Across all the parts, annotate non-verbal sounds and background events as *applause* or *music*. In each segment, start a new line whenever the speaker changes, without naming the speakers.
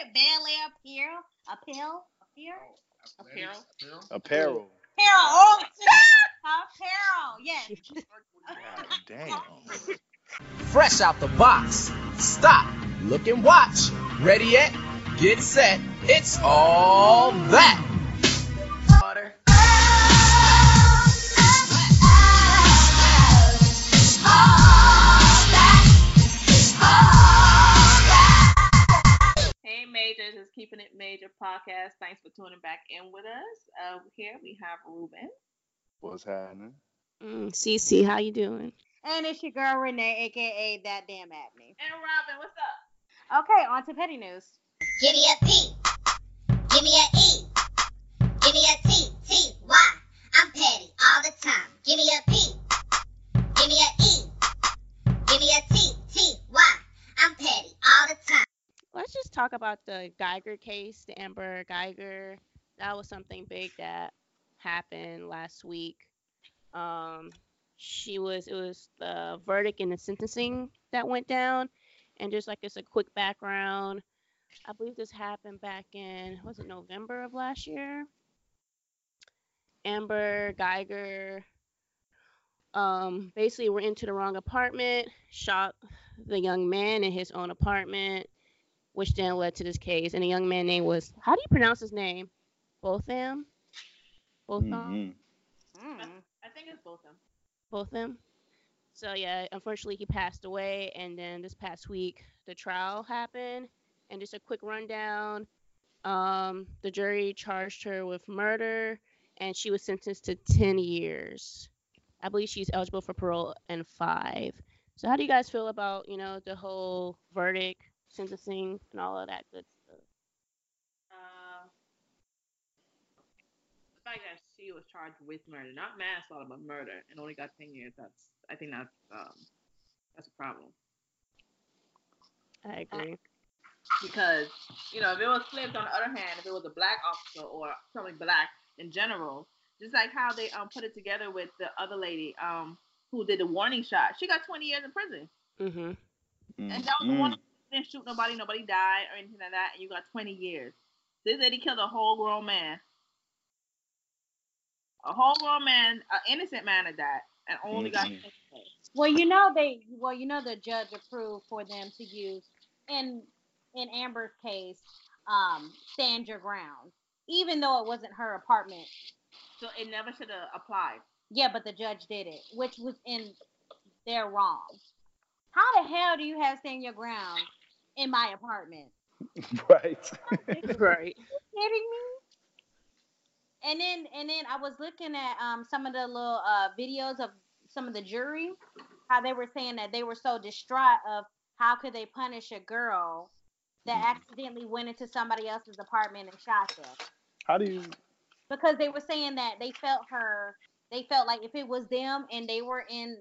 it? Bel Air apparel, apparel, apparel,
Apparel.
Apparel.
Apparel.
apparel. Oh, apparel. Yes.
God damn.
Fresh out the box. Stop. Look and watch. Ready yet? Get set. It's all that. Water.
Hey, Majors is keeping it major podcast. Thanks for tuning back in with us. Uh, here we have Ruben.
What's happening?
Mm, CC, how you doing?
And it's your girl Renee, aka That Damn Acne.
And Robin, what's up?
Okay, on to petty news.
Give me a P. Give me a E. Give me a T. T. Y. I'm petty all the time. Give me a P. Give me a E. Give me a T. T. Y. I'm petty all the time.
Let's just talk about the Geiger case, the Amber Geiger. That was something big that happened last week. Um, she was it was the verdict and the sentencing that went down, and just like it's a quick background, I believe this happened back in was it November of last year. Amber Geiger um basically went into the wrong apartment, shot the young man in his own apartment, which then led to this case. And a young man name was how do you pronounce his name? Botham? Botham?
Mhm.
Mm.
I think it's both of them.
both of them. So yeah, unfortunately he passed away, and then this past week the trial happened. And just a quick rundown: um, the jury charged her with murder, and she was sentenced to 10 years. I believe she's eligible for parole in five. So how do you guys feel about you know the whole verdict, sentencing, and all of that good stuff?
Uh, the fact that she was charged with murder, not manslaughter, but murder, and only got 10 years, that's, I think that's, um, that's a problem.
I *laughs* agree.
because you know if it was flipped on the other hand if it was a black officer or something black in general just like how they um put it together with the other lady um who did the warning shot she got 20 years in prison
Mm-hmm.
and that was the
Mm.
one who didn't shoot nobody nobody died or anything like that and you got 20 years this lady killed a whole grown man a whole grown man an innocent man at that and only got
Mhm.
20 years.
Well, you know they. Well, you know the judge approved for them to use in in Amber's case, um, stand your ground, even though it wasn't her apartment.
so it never should have applied
Yeah, but the judge did it, which was in their wrong. How the hell do you have stand your ground in my apartment?
Mm. *laughs* Right.
right.
kidding me? And then and then I was looking at um some of the little uh videos of some of the jury, how they were saying that they were so distraught of how could they punish a girl that accidentally went into somebody else's apartment and shot them.
How do
*laughs*
you?
Because they were saying that they felt her they felt like if it was them and they were in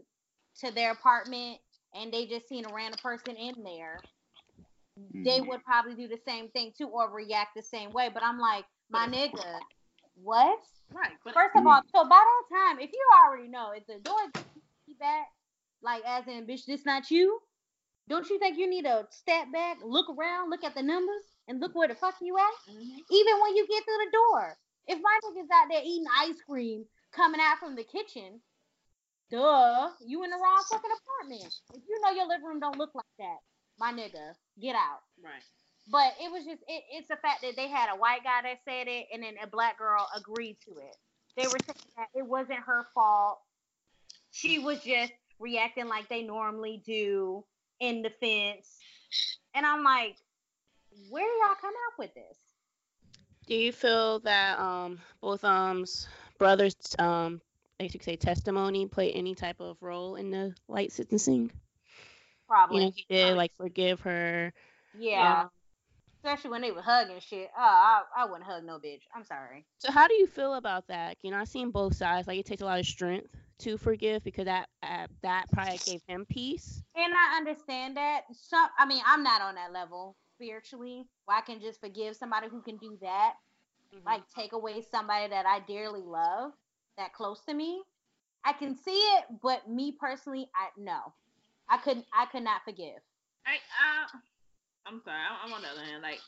to their apartment and they just seen a random person in there, they
Mhm.
would probably do the same thing too or react the same way. But I'm like, my nigga, what?
right but
First of all, so by that time, if you already know, if the door is *laughs* back, like as in, bitch, this not you, don't you think you need to step back, look around, look at the numbers, and look where the fuck you at?
Mhm.
Even when you get through the door. If my nigga's out there eating ice cream coming out from the kitchen, duh, you in the wrong fucking apartment. If you know your living room don't look like that, my nigga, get out.
right
But it was just it, it's the fact that they had a white guy that said it and then a black girl agreed to it. They were saying that it wasn't her fault. She was just reacting like they normally do in defense. And I'm like, where do y'all come up with this?
Do you feel that um, both um's brothers, um, I should say, testimony play any type of role in the light sentencing? You
Probably.
know, he did like forgive her.
Yeah.
um,
Especially when they were hugging shit. Oh, I, I wouldn't hug no bitch. I'm sorry.
So how do you feel about that? You know, I've seen both sides. Like it takes a lot of strength to forgive because that uh, that probably gave him peace.
And I understand that. Some, I mean, I'm not on that level spiritually. Where I can just forgive somebody who can do that.
Mm-hmm.
like take away somebody that I dearly love that close to me. I can see it, but me personally, I no. I couldn't I could not forgive.
uh, I, I I'm sorry. I'm, I'm on the other hand. Like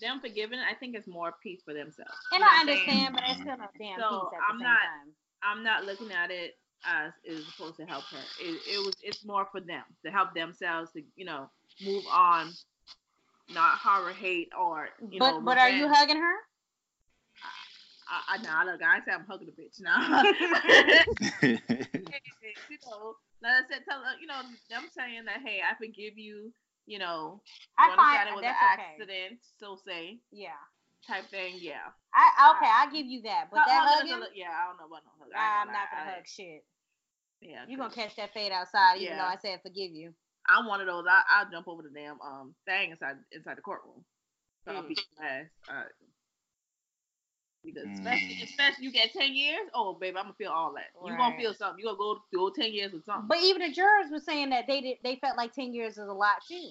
them forgiving, I think, is more peace for themselves.
And
You know what
I
I'm saying?
understand, but that's still no damn
So,
peace at
I'm
the same
not-
time.
I'm not looking at it as it was supposed to help her. It, it was. It's more for them to help themselves to you know move on, not horror hate or you
but
know.
but are you
revenge.
hugging her?
I, I nah, look, I ain't say I'm hugging a
*laughs*
bitch. Nah. *laughs* you know, like I said, tell her, you know, them saying that, hey, I forgive you, you know,
I
you
find-
understand it was an
that's okay.
accident, so say,
Yeah.
type thing, yeah. Uh,
I okay, I'll give you that. But
Hug-
that
hugging is a
hugging,
li- yeah, I don't know about no hug. I
I'm
ain't
not
lie,
gonna
I-
hug shit.
Yeah,
You
'cause
gonna catch that fade outside, even
Yeah.
though I said forgive you.
I'm one of those. I, I'll jump over the damn um thing inside inside the courtroom. So I'll
Mm.
be last. Uh, because
Mm.
especially, especially you get ten years, oh baby, I'm gonna feel all that. You gonna
Right.
feel something. You gonna go go ten years with something.
But even the jurors were saying that they did. They felt like ten years is a lot too.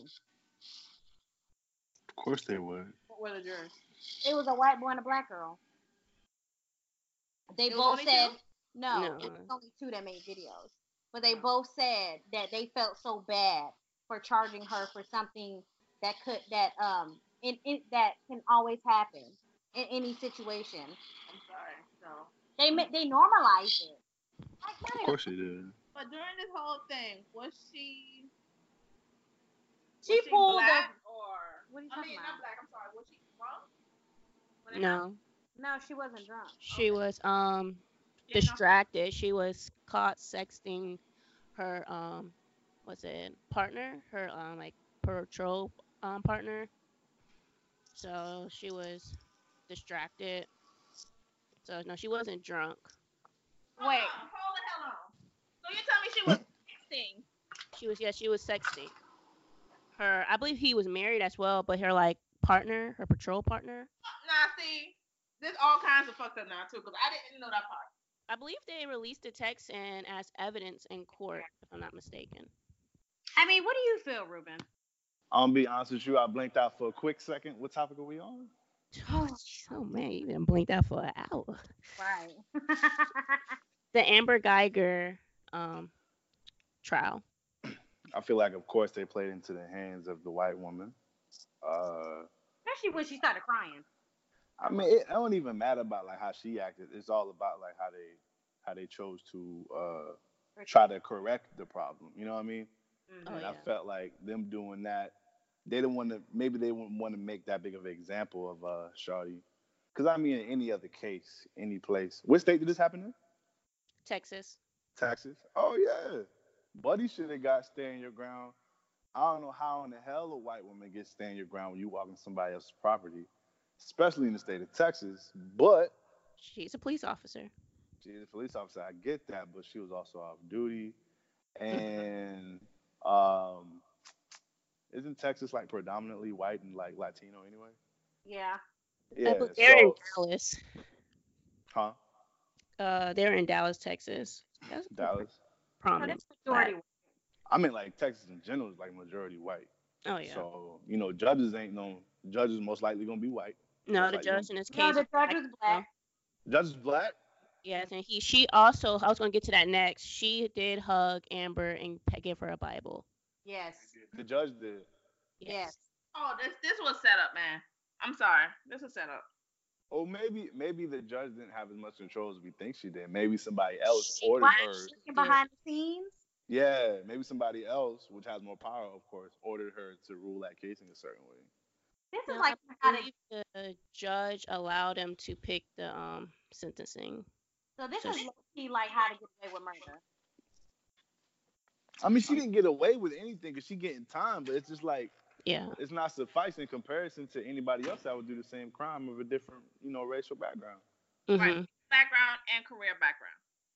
Of course they would.
What were the jurors?
It was a white boy and a black girl. They
It was
both
only
said
two?
no.
No.
It was only two that made videos, but they
Oh.
both said that they felt so bad for charging her for something that could that um in, in that can always happen in any situation.
I'm sorry. So.
They ma- they normalized it. Like,
Of
not
course they did.
But during this whole thing, was she
She
was she
pulled
black
a-
or
What are you
I
talking
mean,
about?
not black. I'm sorry. Was she drunk? When it happened?
No,
No, she wasn't drunk.
she was um
Yeah, no.
distracted. She was caught sexting her um what's it partner, her um like patrol um partner. So she was distracted. So no, she wasn't drunk.
Hold
Wait.
on, Hold the hell on. So you tell me she was texting?
She was yeah, she was sexting. Her I believe he was married as well, but her like partner, her patrol partner.
Nah, see, there's all kinds of fucked up now too, because I didn't know that part.
I believe they released the text and as evidence in court, if I'm not mistaken.
I mean, what do you feel, Ruben?
I'm gonna be honest with you. I blinked out for a quick second. What topic are we on?
Oh, jeez. oh man, you even blinked out for an hour.
Right.
the Amber Geiger um, trial.
I feel like, of course, they played into the hands of the white woman. Uh,
Especially when she started crying.
I mean, it, it don't even matter about like how she acted. It's all about like how they how they chose to uh, try to correct the problem. You know what I mean?
Mm-hmm.
Oh,
and
yeah.
I felt like them doing that, they didn't want to. Maybe they wouldn't want to make that big of an example of uh, Shawty. Because I mean, in any other case, any place, what state did this happen in?
Texas.
Texas. Oh yeah, buddy should have got stand your ground. I don't know how in the hell a white woman gets stand your ground when you walk on somebody else's property, especially in the state of Texas. But
She's a police officer.
she's a police officer. I get that, but she was also off duty, and um, isn't Texas like predominantly white and like Latino anyway?
Yeah.
I
Yeah.
believe they're in
So,
Dallas.
huh?
Uh, they're in Dallas, Texas. That's pretty
Dallas.
Oh,
prominent.
that's majority.
I mean, like Texas in general is like majority white.
Oh yeah.
So you know, judges ain't no judges most likely gonna be white.
no,
that's
the
like
judge in this
No,
case.
Oh, the judge was black.
Judges black.
Yes, and he she also. I was gonna get to that next. She did hug Amber and p- give her a Bible.
Yes.
The judge did.
Yes.
Oh, this this was set up, man. I'm sorry. This was set up.
Or Oh, maybe maybe the judge didn't have as much control as we think she did. Maybe somebody else
She-
ordered
Why
her.
is she behind the scenes?
Yeah, maybe somebody else, which has more power, of course, ordered her to rule that case in a certain way.
This
No,
is like
I
how they-
believe the judge allowed him to pick the um sentencing.
so this
so
is
she-
low-key like how to get away with murder.
I mean, she didn't get away with anything because she getting time, but it's just like
Yeah.
it's not suffice in comparison to anybody else that would do the same crime of a different, you know, racial background
Right.
Mhm.
Background and career background.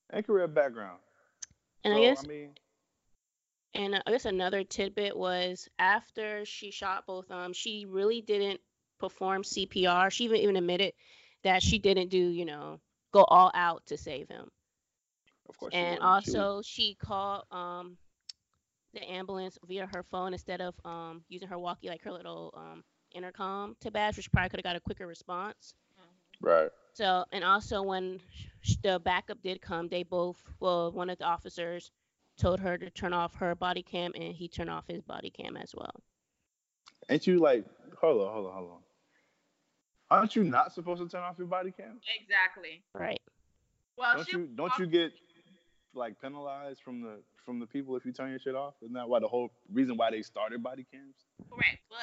and career background.
And
so
I guess
I mean,
And uh, I guess another tidbit was after she shot both of them, she really didn't perform CPR. She even, even admitted that she didn't do, you know, go all out to save him.
of course. she
And
wouldn't. She was-
also, she called um, the ambulance via her phone instead of um, using her walkie, like her little um, intercom to badge, which probably could have got a quicker response.
right.
So, and also when sh- the backup did come, they both, well, one of the officers told her to turn off her body cam and he turned off his body cam as well.
Ain't you like, hold on, hold on, hold on. Aren't you not supposed to turn off your body cam?
Exactly.
Right.
Well,
Don't
she
you don't you get like penalized from the from the people if you turn your shit off? Isn't that why the whole reason why they started body cams?
correct, but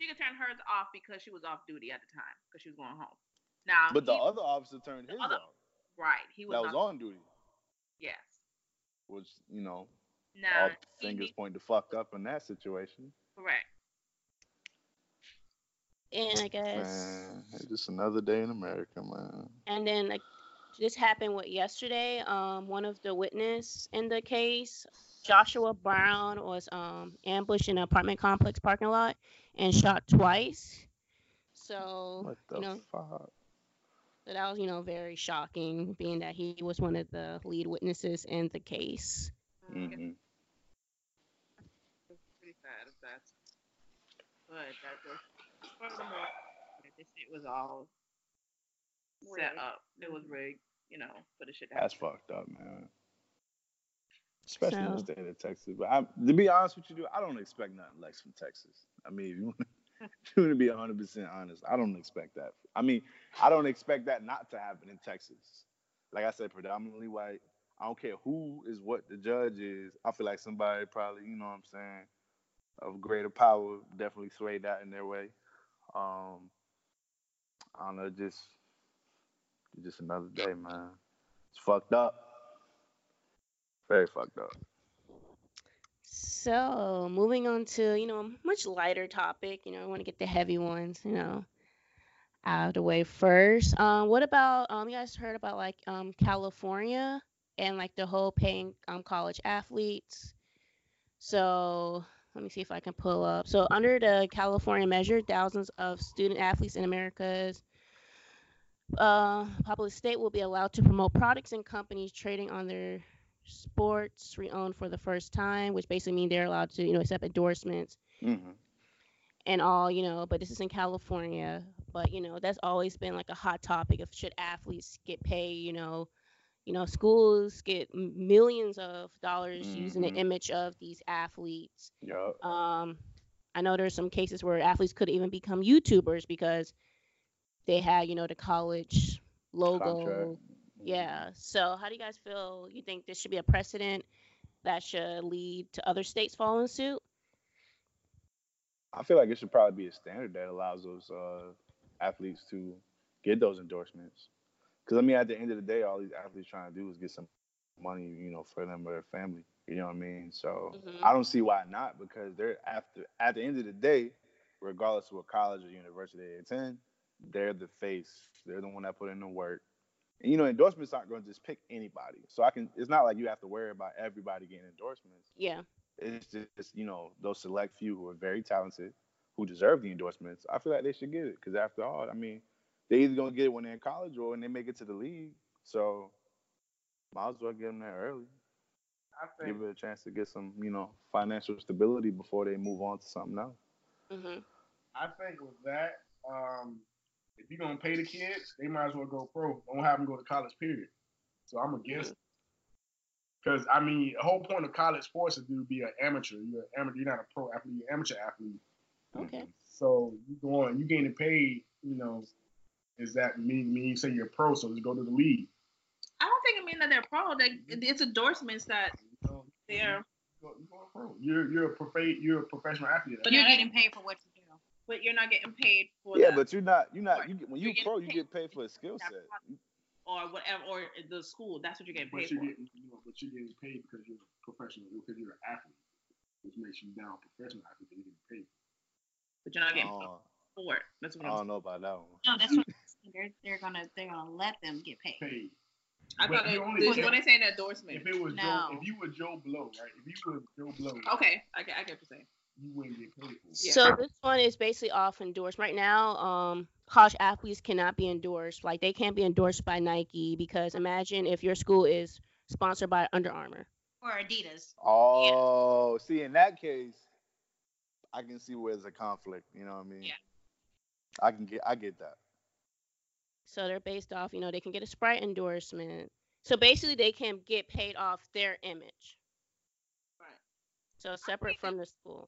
she could turn hers off because she was off duty at the time because she was going home. Now,
But the
Uh, he-
other officer turned his
other-
off.
right, he was,
That was
on.
on duty,
Yes.
which you know
Now,
all
he
fingers
need-
point to fuck up in that situation.
correct.
And I guess.
Man, it's just another day in America, man.
And then like this happened with yesterday. Um, one of the witness in the case, Joshua Brown, was um ambushed in an apartment complex parking lot and shot twice. So
What the
you know
fuck?
so that was you know very shocking, being that he was one of the lead witnesses in the case.
Mm-hmm.
It's pretty sad if that's but that was furthermore this shit was all set
Rigged.
up. It was rigged, you know, for the shit to
That's
happen.
fucked up, man. Especially in the
So-
state of Texas. But I, to be honest with you, dude, I don't expect nothing less from Texas. I mean, if you want *laughs* if you want to be 100 percent honest, I don't expect that. I mean, I don't expect that not to happen in Texas. Like I said, predominantly white. I don't care who is what the judge is. I feel like somebody probably, you know what I'm saying, of greater power definitely swayed that in their way. Um, I don't know, just just another day, man. It's fucked up. Very fucked up.
So moving on to you know a much lighter topic. You know, I want to get the heavy ones. You know, out of the way first. Um, what about um, you guys heard about like um California and like the whole paying um college athletes? So let me see if I can pull up. So under the California measure, thousands of student athletes in America's uh, public state will be allowed to promote products and companies trading on their sports reowned for the first time, which basically mean they're allowed to, you know, accept endorsements
Mm-hmm.
and all, you know, but this is in California. But, you know, that's always been like a hot topic of should athletes get paid, you know, you know, schools get m- millions of dollars using the
Mhm.
image of these athletes.
Yup.
Um, I know there's some cases where athletes could even become YouTubers because they had, you know, the college logo.
Contract. Mm-hmm.
Yeah. So, how do you guys feel? You think this should be a precedent that should lead to other states following suit?
I feel like it should probably be a standard that allows those uh, athletes to get those endorsements. Because I mean, at the end of the day, all these athletes trying to do is get some money, you know, for them or their family. You know what I mean? So
Mhm.
I don't see why not because they're after at the end of the day, regardless of what college or university they attend, they're the face. They're the one that put in the work. And you know, endorsements aren't going to just pick anybody. So I can. It's not like you have to worry about everybody getting endorsements
Yeah.
it's just you know those select few who are very talented who deserve the endorsements i feel like they should get it because after all i mean they either gonna get it when they're in college or when they make it to the league so might as well get them there early
I
give it a chance to get some you know financial stability before they move on to something else
hmm
I think with that, um, if you're gonna pay the kids, they might as well go pro. Don't have them go to college. Period. So I'm against. Because I mean, the whole point of college sports is to be an amateur. You're an amateur. You're not a pro athlete. You're an amateur athlete.
Okay.
So you going, you getting paid. You know, is that mean? Mean you say you're a pro, so just go to the league.
I don't think it means that they're pro. They, it's endorsements that
You know, you
they're
go- you going pro. You're you're a profa- you're a professional athlete.
But
Mm-hmm. You're
that-
getting paid for what you do.
but you're not getting paid for
yeah
that
but you're not you're not you get, when
You're
you
getting
pro you
paid.
get paid for a skill
That
set
product or whatever or the school. That's what you're getting paid
But
for.
you're getting, you know, but you're getting paid because you're a professional, because you're an athlete, which makes you now a professional athlete. You're getting paid.
but you're not
I
getting
don't,
paid for it. That's
I
what I'm saying.
don't know about that one
No, that's what they're, they're gonna they're gonna let them get paid.
Paid. But
I thought they,
you only
when
get-
they saying
If
endorsement.
it was
No.
Joe, if you were Joe Blow, right? If you were Joe Blow,
Okay, I get, I get what you're saying.
you wouldn't get paid for it.
Yeah.
So this one is basically off endorsed right now. Um, college athletes cannot be endorsed. Like they can't be endorsed by Nike because imagine if your school is sponsored by Under Armour.
Or Adidas.
oh see in that case i can see where there's a conflict you know what i mean
Yeah.
i can get i get that
So they're based off, you know, they can get a Sprite endorsement. So basically, they can get paid off their image.
Right.
So separate from the school.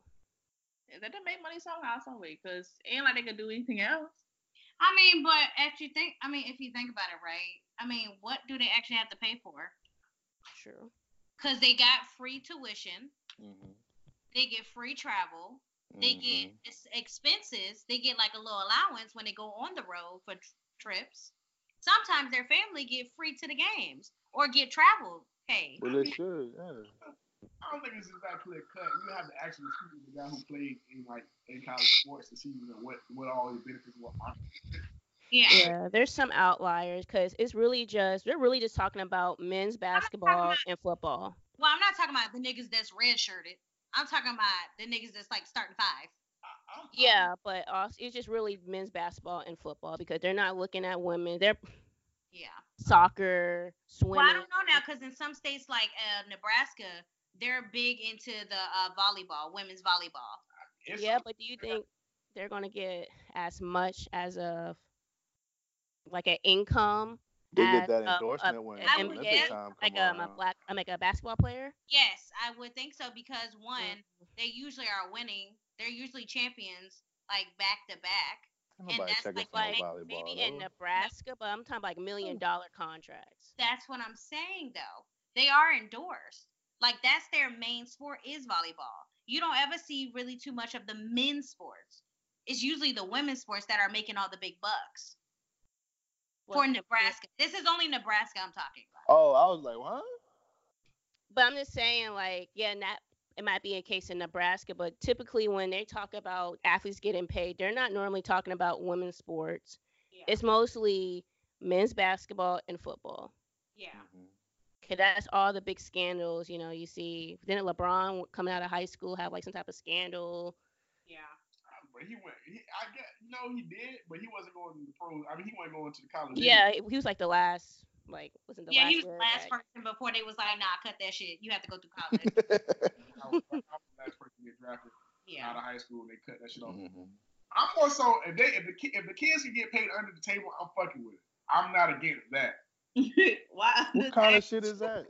They done make money somehow, some way, because ain't like they could do anything else.
I mean, but if you think, I mean, if you think about it, right? I mean, what do they actually have to pay for?
True.
Because they got free tuition,
Mm-hmm.
they get free travel, they get ex- expenses, they get like a little allowance when they go on the road for tr- trips. Sometimes their family get free to the games or get travel pay.
Well, they should. Yeah.
I don't think it's just that clear cut. You have to actually speak to the guy who played in like in college sports to see you know, what what all his benefits were.
Yeah.
Yeah, there's some outliers because it's really just they're really just talking about men's basketball and football.
Well, I'm not talking about the niggas that's red shirted. I'm talking about the niggas that's like starting five.
Yeah, but also it's just really men's basketball and football because they're not looking at women. They're
Yeah.
soccer, swimming.
Well, I don't know now because in some states like uh, Nebraska, they're big into the uh, volleyball, women's volleyball.
It's,
yeah, but do you think they're gonna get as much as a like an income
They
as
get that
a- a-
endorsement when
an
when
NBA,
Olympic time come
like um, a
around.
black um, like a basketball player?
Yes, I would think so because one, they usually are winning. They're usually champions like back to back.
Ain't
and
Nobody
that's
checking
like
for no
why
volleyball.
Maybe in
though.
Nebraska, but I'm talking like million dollar contracts.
That's what I'm saying though. They are indoors. Like that's their main sport is volleyball. You don't ever see really too much of the men's sports. It's usually the women's sports that are making all the big bucks for
Well,
Nebraska. This is only Nebraska I'm talking about.
Oh, I was like, what?
But I'm just saying, like, yeah, not it might be a case in Nebraska, but typically when they talk about athletes getting paid, they're not normally talking about women's sports.
Yeah.
It's mostly men's basketball and football.
yeah.
Mhm.
Cause that's all the big scandals, you know. You see, then LeBron coming out of high school have like some type of scandal.
Yeah.
But he went. He, I get no, he did, but he wasn't going to the pros. I mean, he wasn't going to the college.
Yeah, he he was like the last, like wasn't the
yeah,
last.
he was the
red
last
bag.
person before they was like, nah, cut that shit. You have to go through
*laughs*
college. *laughs*
I was, I was the last person to get drafted out
yeah.
of high school. They cut that shit off.
Mhm.
I'm more so if they if the ki- if the kids can get paid under the table, I'm fucking with it. I'm not against that.
*laughs* Why?
What kind of shit is that?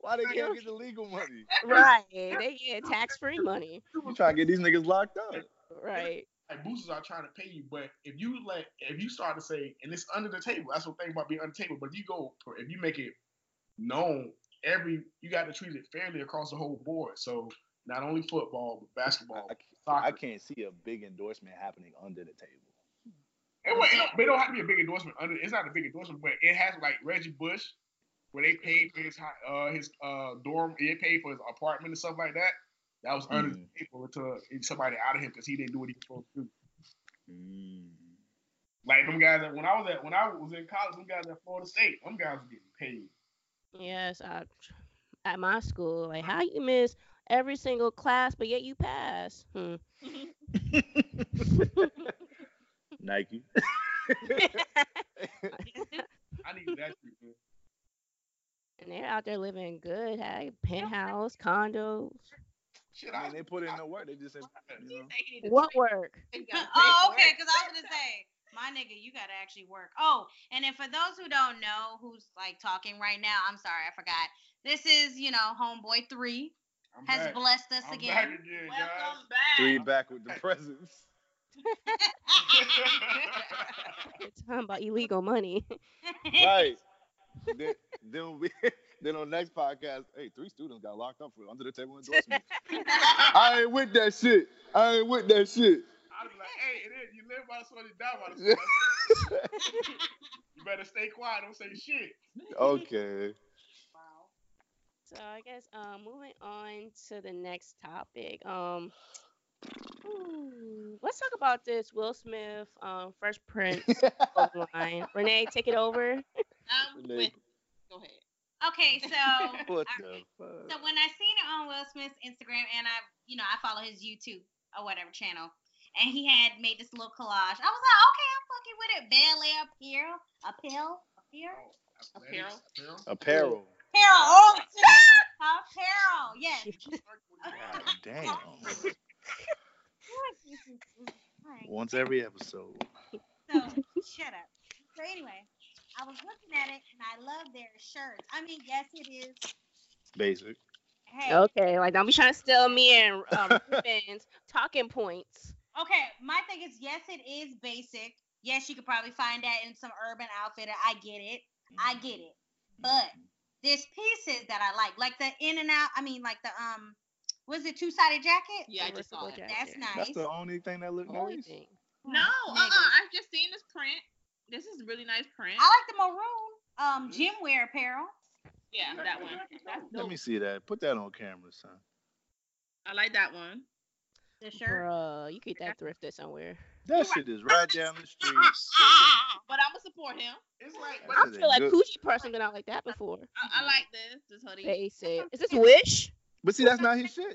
Why they
Yeah.
can't get the legal money?
Right, they get tax
*laughs*
free money.
You trying to get these niggas locked up?
Right.
like boosters are trying to pay you, but if you let if you start to say and it's under the table, that's the thing about being under the table. But if you go if you make it known, every you got to treat it fairly across the whole board. So not only football but basketball,
I,
soccer.
I can't see a big endorsement happening under the table.
It, wa- it don't, they don't have to be a big endorsement. Under it's not a big endorsement, but it has like Reggie Bush, where they paid for his hi- uh his uh dorm, they paid for his apartment and stuff like that. That was under
Mm.
the table to get somebody out of him because he didn't do what he was supposed to do. Like them guys that when I was at when I was in college, them guys at Florida State, them guys were getting paid.
Yes, I, at my school, like how you miss every single class, but yet you pass. Hmm.
Nike.
Oh,
I need that shit, man.
And they're out there living good, hey, penthouse, condos.
Shit,
I
I,
mean, they put in the work. They just ain't, you know.
What work?
oh, okay. Because I was gonna say, my nigga, you gotta actually work. Oh, and then for those who don't know, who's like talking right now, I'm sorry, I forgot. This is, you know, Homeboy Three
I'm
has
back.
blessed us
I'm back
again.
again,
Welcome
Three
back.
back with the presents.
guys.
*laughs* They're talking about illegal money. *laughs*
*laughs* Right. then, then we *laughs* then on next podcast, hey, three students got locked up for under the table *laughs* endorsement.
*laughs*
*laughs*
I ain't with that shit. I ain't with that shit.
I'd be like, hey, it is. You live by the sword, you die by the sword.
*laughs*
you better stay quiet. Don't say shit.
*laughs* okay.
So I guess um, moving on to the next topic. Um, ooh, let's talk about this Will Smith, um, Fresh *laughs* Prince line. Renee, take it over.
Um,
Renee,
Go ahead.
okay, so
*laughs* what
all
the
right.
fuck?
So when I seen it on Will Smith's Instagram, and I, you know, I follow his YouTube or whatever channel, and he had made this little collage. I was like, okay, I'm fucking with it. Bel Air apparel, apparel, apparel,
Apparel.
Apparel.
Apparel.
*laughs* apparel. Oh, apparel. Yes. *laughs*
God damn. Once every episode.
So shut up. So anyway, I was looking at it, and I love their shirts. I mean, yes, it is.
Basic.
Hey,
*laughs* Okay, like don't be trying to steal me and um, Ruben's talking points.
Okay, my thing is yes, it is basic. Yes, you could probably find that in some urban outfitter. I get it. I
Mm-hmm.
get it. But there's pieces that I like, like the in and out. I mean, like the um, was it two sided jacket?
Yeah, I just saw
Reversible
it.
jacket.
That's nice.
That's the only thing that looked
Only
nice.
thing.
No, uh, uh-uh,
Negative.
I've just seen this print. This is really nice print.
I like the maroon
Mm-hmm.
um gym wear apparel.
yeah, that one. That's
Let
dope.
me see that. Put that on camera, son.
I like that one.
The shirt.
Bruh, you get that thrifted somewhere.
That shit is right down the street.
*laughs*
But I'm gonna support him.
It's like
That
I
shit
feel like
good.
Coochie pressed something out like that before.
I, I like this. This hoodie.
Basic. Is this Wish?
But see, that's not his shit.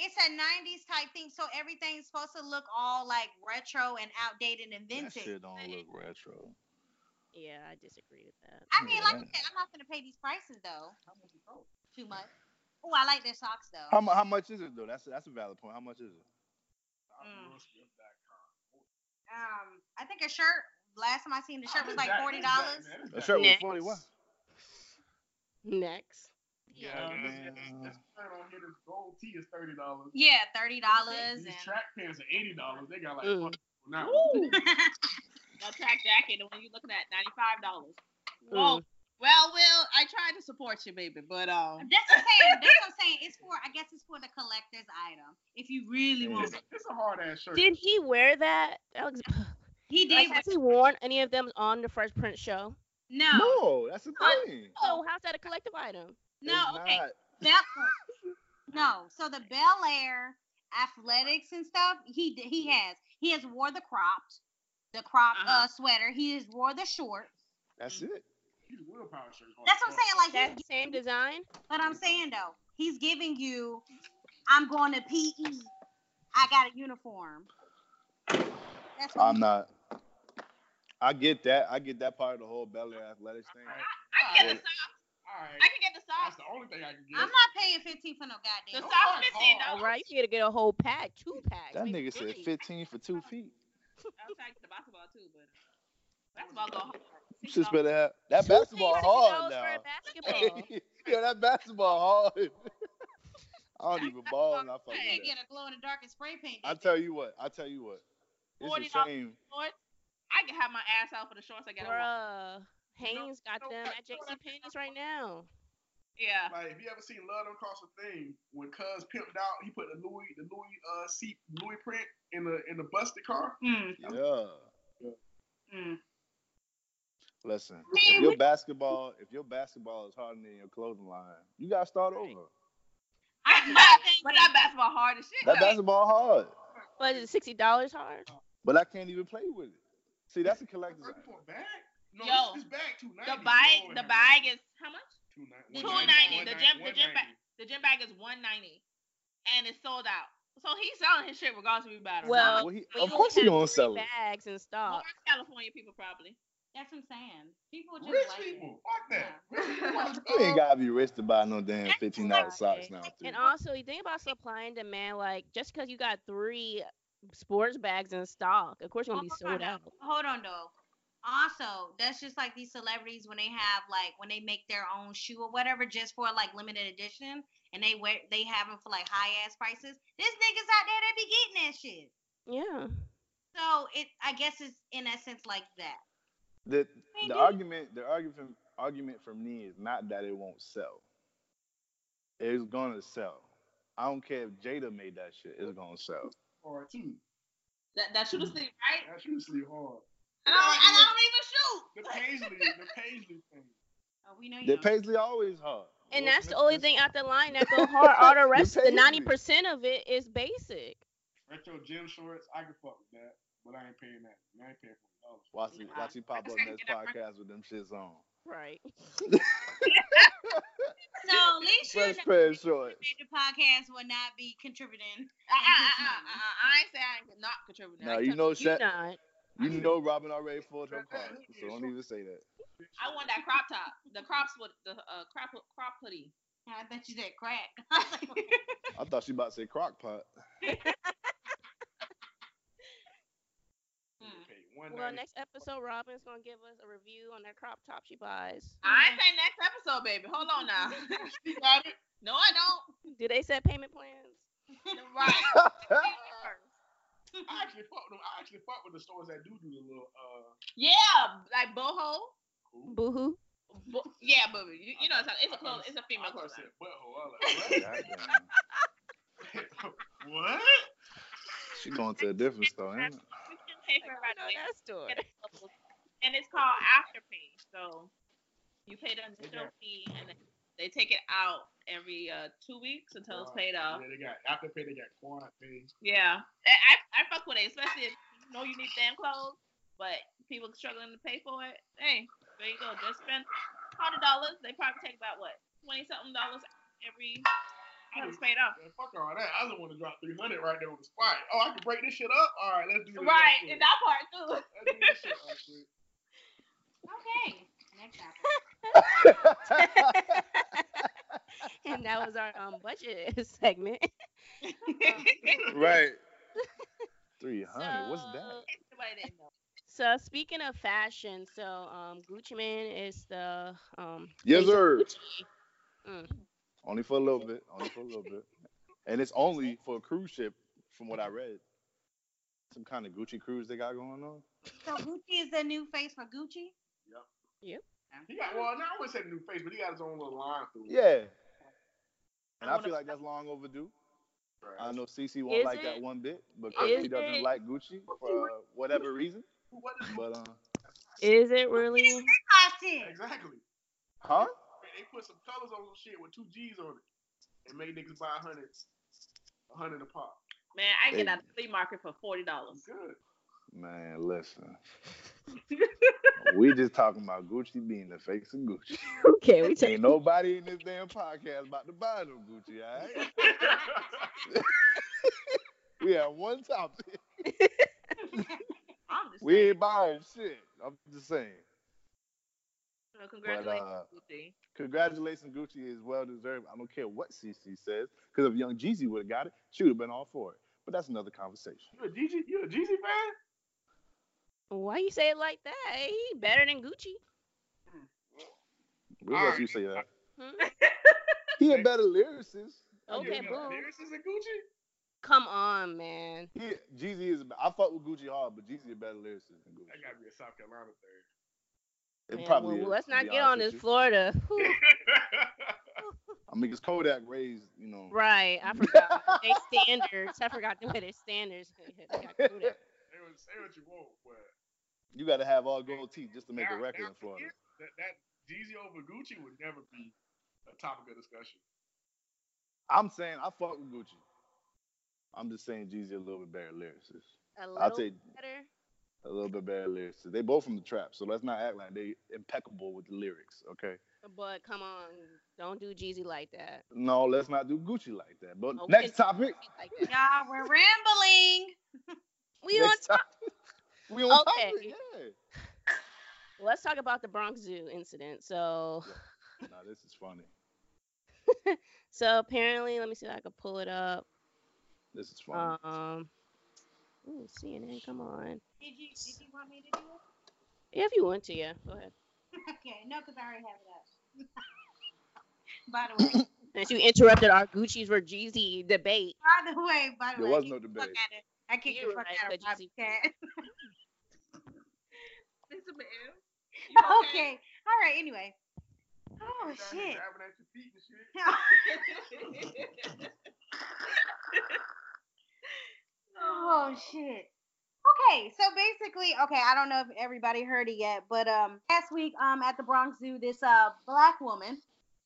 It's a '90s type thing, so everything's supposed to look all like retro and outdated and
That
*laughs* vintage.
shit don't look retro.
Yeah, I disagree with that.
I mean,
Yeah,
like I
that-
said, I'm not gonna pay these prices though. Too much. Oh, I like their socks though.
How, mu- how much is it though? That's that's a valid point. How much is it?
Mm.
Mm.
Um, I think a shirt. Last time I seen the shirt was like forty dollars.
That shirt was
Next.
forty one.
Next.
Yeah,
Yeah.
this- this- this shirt on here, this gold tee is thirty dollars.
Yeah, thirty dollars
These track pants are eighty dollars. They got like
Mm.
fuck now.
Woo!
and
that track jacket, the one you're looking at, ninety five dollars. Whoa. Well, Will, I tried to support you, baby, but um,
*laughs* That's what I'm saying. That's what I'm saying. It's for I guess it's for the collector's item. If you really
Yeah.
want
It's,
it.
it's a hard ass shirt.
Did he wear that? That looks.
He
Like,
did
has he worn any of them on the Fresh Prince show?
no. No,
No, that's the
I-
thing.
Oh, how's that a collective item?
It's
okay.
not.
Bel- no. So the Bel Air athletics and stuff, he d- he has. He has wore the cropped, the cropped uh
Uh-huh.
sweater. He has wore the shorts.
That's it.
These willpower shirts. hard
That's what
as
I'm
fuck.
saying. Like he's
That same design?
But I'm saying though, he's giving you, I'm going to PE. I got a uniform. That's what
I'm not. I get that. I get that part of the whole belly athletics thing.
I can get the socks.
All right.
I can get the
That's
socks.
the only thing I can
I'm
get.
not paying 15 for no
The
goddamn.
That's-
socks fifteen
All
dollars.
right, you get to get a whole pack, two packs.
That
like,
nigga said
dang.
fifteen for two feet.
I was trying to get the basketball too, but uh, basketball go hard.
You just better have that
Two
basketball
$50
hard
for a
now.
basketball.
*laughs* yeah, that basketball hard. *laughs* I don't even ball and I fuck
You
with
can't
that.
get a glow in the dark and spray paint.
I tell you what. I tell you what. It's a
$40
shame.
shorts. I can have my ass out for the shorts I got on.
Bruh. Haynes got them at JC Penney's right now.
*laughs* Yeah.
Like, if you ever seen Love Don't Cost a Thing, when Cuz pimped out, he put the Louis, the Louis, uh, seat, Louis print in the in the busted car.
Mm,
Yeah.
mm.
Listen. If
Man,
your basketball, if your basketball is harder than your clothing line, you gotta start over.
I I think *laughs* but that basketball hard as shit.
That
though.
basketball hard,
What is it, sixty dollars hard?
but I can't even play with it. See, that's a collector's
Right
item.
for a bag? No,
Yo,
this, this bag two ninety.
the bag, the bag is how much?
two ninety.
$2.90. The gym- the gym bag. The gym bag is one ninety, and it's sold out. So he's selling his shit regardless if we buy it or
Well,
not.
Well, he-
But
of
you
course he
only have
gonna
three
sell it.
Bags in
More
stock.
California people probably.
That's what I'm saying. People just
Rich
like it.
people, fuck that. Rich people want to
You ain't gotta be rich to buy no damn fifteen dollar
Okay.
socks now. Too.
And also, you think about supply and demand. Like, just because you got three sports bags in stock, of course, it's gonna be
Hold on,
sold out.
Hold on though. Also, that's just like these celebrities when they have like when they make their own shoe or whatever just for like limited edition, and they wear they have them for like high ass prices. There's niggas out there that be getting that shit.
Yeah.
So it, I guess it's in essence like that.
The
Hey,
the
dude.
argument the argument argument for me is not that it won't sell. It's gonna sell. I don't care if Jada made that shit. It's gonna sell.
hard too.
That that
Hmm.
shooter sleeve, right?
That's usually hard.
And I don't, and I don't even shoot.
The Paisley,
*laughs*
the Paisley thing.
Oh, we know you.
The
don't.
Paisley always hard.
And
Will
that's the
Smith
only
is
thing out the line that go hard. All the
You
rest, the
paid me.
ninety percent of it is basic.
Retro gym shorts, I can fuck with that, but I ain't paying that. I ain't paying for those.
Watch you, watch you pop up next podcast with them shits on.
Right.
So at least you
Fresh
know
pair of shorts.
the podcast will not be contributing.
Uh, uh, uh, uh, uh, uh, I ain't saying I ain't not contributing.
Now
I,
you know
You
Sha-
not.
you know Robin already fooled her car, so don't even say that.
I want that crop top, the crops with the uh, crop crop hoodie.
I bet you said crack.
I thought she about to say crock pot.
Mm.
Okay, one
Well,
ninety.
next episode, Robin's gonna give us a review on that crop top she buys.
I ain't saying next episode, baby. Hold on now. *laughs* You got it?
*laughs*
No, I don't.
Do they set payment plans?
Right.
I actually fuck with them. I actually fuck with the stores that do do the little. Uh,
Yeah, like boho.
cool.
Boohoo.
Bo- yeah, but you, you know it's a, it's a close, it's a
I
female
was gonna
close.
say butthole. I was
Goddamn.
like,
*laughs*
what? what?
She going to a different store, ain't
You
it?
can pay for it right away.
that oh, store.
And it's called afterpay. So
You pay the initial
Okay.
fee, and then they take it out every uh, two weeks until it's
Wow.
paid off.
Yeah, they got after pay. They got quad pay.
Yeah, I, I, I fuck with it, especially if you know you need damn clothes, but people struggling to pay for it. Hey, there you go. Just spend hundred dollars. They probably take about what twenty something dollars every.
I
It's
just,
paid off.
man, fuck all that. I just want to drop three hundred right there on the spot. Oh, I can break this shit up. All right, let's do this.
Right,
real
and
quick.
that part too. *laughs*
Let's do this shit real quick.
Okay. Next topic.
*laughs* and that was our um budget *laughs* segment.
*laughs*
right. 300. What's that?
Somebody didn't know.
So speaking of fashion, so um Gucci Man is the um
Yes,
face of
sir.
Gucci. Mm.
Only for a little bit. Only for a little bit. And it's only for a cruise ship, from what I read. Some kind of Gucci cruise they got going on.
So Gucci is the new face for Gucci.
He got well. Now I wouldn't say the new face, but he got his own little line through. it.
Yeah. And
I
I,
wanna-
feel like that's long overdue.
Right.
I know Cece won't
Is
like that
it?
one bit because
Is
she doesn't
it?
like Gucci for uh, whatever reason.
What is
But uh,
Is it really?
Content.
exactly?
huh?
Man, They put some colors on some shit with two G's on it, and made niggas buy a hundred, a hundred a pop.
Man, I
Hey.
get out of the flea market for forty dollars.
*laughs*
Good. *laughs*
Man, listen. we just talking about Gucci being the face of Gucci.
Okay, we take
Ain't nobody in this damn podcast about to buy no Gucci, all right? We have one topic.
I'm
*laughs*
just
We
saying.
ain't buying shit. I'm just saying. uh,
So congratulations, Gucci.
Congratulations, Gucci is well deserved. I don't care what CC says, because if Young Jeezy would have got it, she would have been all for it. But that's another conversation.
You a Jeezy? You a Jeezy fan?
Why you say it like that? He better than Gucci.
We'll
All
let
right.
you say that.
Hmm?
He a better lyricist.
Oh,
You a
Okay, boom.
lyricist at Gucci?
Come on, man.
He Jeezy is. I fuck with Gucci hard, but Jeezy a better lyricist than
That
Gucci.
gotta be a South Carolina thing.
*laughs*
*laughs*
It
Man,
probably
well,
is,
let's
to
not
be honest
get on
with
this
you.
Florida.
*laughs*
Whew.
I mean, because Kodak raised, you know.
right, I
*laughs*
forgot. they standards. I forgot the way their standards.
*laughs*
Say what, say what you want, but
You got to have all gold teeth just to make a
now-
record
now
in Florida.
forget That, that Jeezy over Gucci would never be a topic of discussion.
I'm saying I fuck with Gucci. I'm just saying Jeezy a little bit better lyricist.
A little
I'll take
better.
a little bit better lyricist. They both from the trap, so let's not act like they impeccable with the lyrics, okay?
But come on, don't do Jeezy like that.
No, let's not do Gucci like that. But
Okay.
next topic.
Like
*laughs*
that.
Y'all, we're rambling.
We on
next topic. *laughs* We on
Okay.
topic, yeah.
Let's talk about the Bronx Zoo incident. So,
Now this is funny.
so apparently, let me see if I can pull it up.
This is funny.
Um, ooh, CNN, come on.
Did you did you want me to do it?
Yeah, if you want to, yeah, go ahead.
Okay, no, because I already have it up. *laughs* by the way,
Since you interrupted our Gucci's for Jeezy debate,
by the way, by the
there
way,
was no
I kicked the
debate.
fuck out of- I kicked
You
the
were
fuck
right,
out of
but you
Bobby
see-
Cat.
Mr. Bill, you
*laughs*
*laughs*
okay, all right. Anyway. Oh
Down there
shit.
Grabbing at your feet and shit.
*laughs*
*laughs*
Oh shit. Okay, so basically, okay, I don't know if everybody heard it yet, but um last week um at the Bronx Zoo, this uh black woman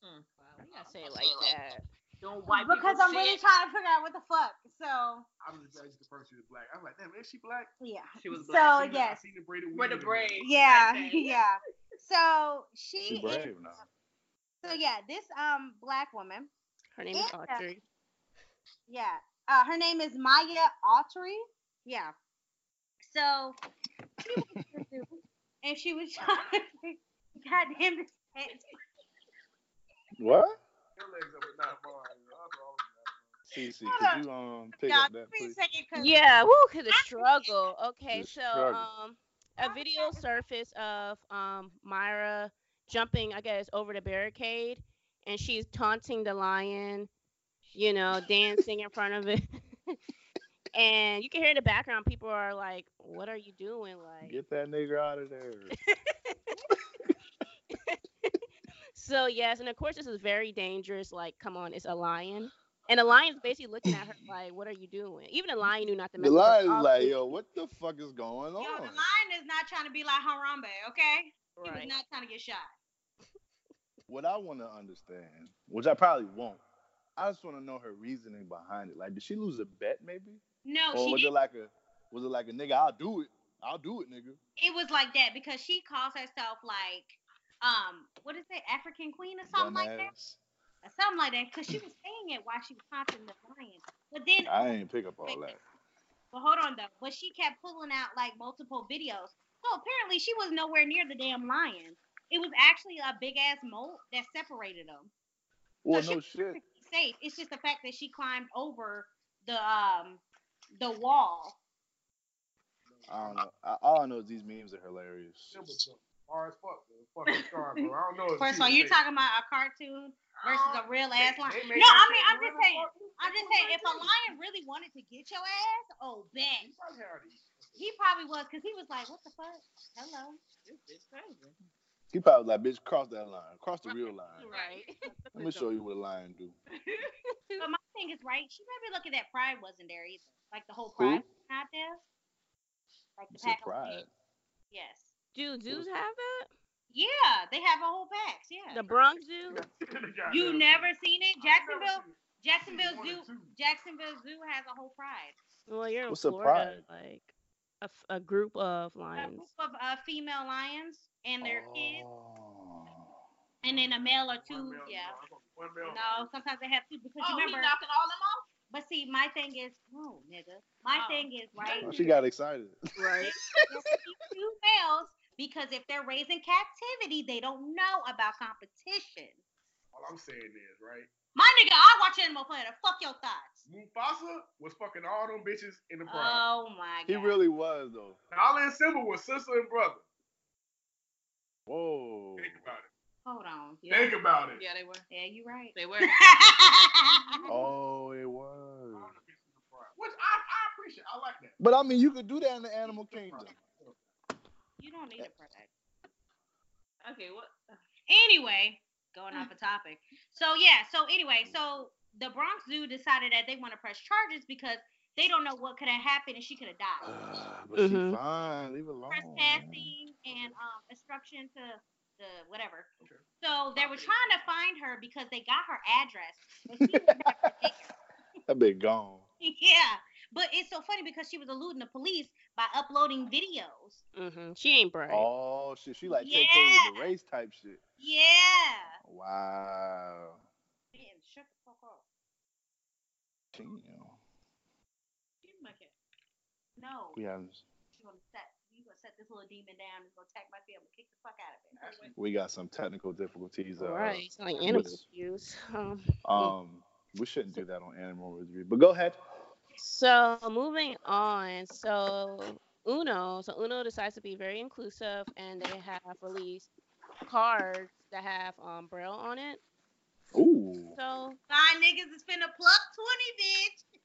hmm.
we gotta say it like that.
Don't white
because
people
I'm really
shit.
trying to figure out what the fuck. So
I was just glad you the first she was black. I was like, damn, is she black?
yeah.
She was
So,
black.
I seen the-
yes.
I seen the braided
With the
weave.
braids.
Yeah, *laughs*
Okay.
yeah. So she is,
She brave now.
so yeah, this um black woman,
Her name is
Yeah.
Audrey.
yeah. Uh her name is Maya Autry. Yeah. So she was at the zoo, and she was *laughs* trying to goddamn this cat.
What?
Her legs up with nine bars. I was oh, all
CC,
Hold
could you um pick
Y'all,
up that
give me a
please?
second, 'cause-
Yeah, woo, the struggle. Okay,
The
so
struggle.
um, a video surfaced of um Myra jumping, I guess, over the barricade, and she's taunting the lion, you know, dancing in front of it, *laughs* and you can hear in the background people are like, "What are you doing?" Like,
Get that nigga out
*laughs*
of there.
so yes, and of course this is very dangerous. Like, come on, it's a lion, and a lion's basically looking
*laughs*
at her like, "What are you doing?" Even a lion knew not to mess
the
with her.
line is like,
Obviously.
yo, what the fuck is going
Yo,
on?
the lion is not trying to be like Harambe, okay? He was
Right.
not trying to get shot.
What I want to understand, which I probably won't, I just want to know her reasoning behind it. Like, did she lose a bet maybe?
No,
or
Oh, she
was
did.
it like a was it like a nigga, I'll do it. I'll do it, nigga.
it was like that because she calls herself like, um, what is it, African Queen or something like that,
Dumbass.
or something like that, because she was saying it while she was hunting the lion. But then,
I ain't pick up all that.
but hold on though, but she kept pulling out like multiple videos. So apparently, she was nowhere near the damn lion. It was actually a big ass moat that separated them.
Well,
she-
no shit.
Safe. It's just the fact that she climbed over the um the wall.
I don't know. I, all I know is these memes are hilarious.
Shit was hard as fuck. It was fucking star, bro. I don't know. if
First of
she
all,
was
you're
fake.
talking about a cartoon versus a real
They-
ass lion.
they
No,
made
I
that
mean,
shit
I'm just
real as
saying.
fuck.
I'm just saying, if a lion really wanted to get your ass, oh bet
He probably had it.
he probably was, cause he was like, "What the fuck? Hello."
This bitch crazy.
He probably like, bitch, cross that line. Cross the real line.
*laughs* Right.
Let me show you what a lion do.
But my thing is right. She made me look at that pride wasn't there either. Like the whole pride was not there. Like the
It's
pack.
a
of
pride.
pigs. Yes.
Do zoos have that?
Yeah, they have a whole packs. Yeah.
The Bronx Zoo?
They got
you
that.
never seen it, Jacksonville? Jacksonville
One or
Zoo.
two.
Jacksonville Zoo has a whole pride.
Well, you're
What's a
in Florida, like a, f- a group of
A
lions.
group of uh, female lions and their kids,
Oh.
and then a male or
One
two.
male,
Yeah.
no, one male.
No, sometimes they have two because
Oh,
you
he
remember.
knocking all them off?
But see, my thing is, no, nigga. My
Oh.
thing is, right?
Oh, she got excited. *laughs*
Right.
there's two males because if they're raised in captivity, they don't know about competition.
All I'm saying is, right?
My nigga, I watch Animal Planet. Fuck your thoughts.
Mufasa was fucking all them bitches in the pride.
Oh my god.
He really was though.
Nala and Simba was sister and brother.
Whoa.
Think about it.
Hold on.
Yeah.
Think about
*laughs*
it.
Yeah, they were.
Yeah, you right. *laughs*
They were.
Oh, it was.
All the bitches in the pride. Which I, I appreciate. I like that.
But I mean, you could do that in the animal kingdom.
you don't need a product.
okay, what?
Anyway, going off a topic. So yeah, so anyway, so the Bronx Zoo decided that they want to press charges because they don't know what could have happened and she could have died.
*sighs* but
Mhm.
she fine. Leave it alone. man.
trespassing and um, obstruction to the whatever.
Okay.
So they were trying to find her because they got her address. *laughs* But she was never there.
That bit gone.
yeah, but it's so funny because she was eluding the police by uploading videos.
hmm She ain't bright.
Oh shit, she like
Yeah.
KK the race type shit.
Yeah.
Wow.
Man, shut the fuck up.
Damn.
Give me my cat.
No.
We have
You gonna set you gonna set this little demon down and gonna attack my family. Kick the fuck out of it.
we got some technical difficulties. Uh,
Right. It's like
what's-
animal abuse. Um,
Um, we shouldn't do that on animal review. But go ahead.
So moving on, so Uno, so Uno decides to be very inclusive, and they have released cards that have um, braille on it.
Ooh.
So
Fine niggas is finna pluck twenty, bitch.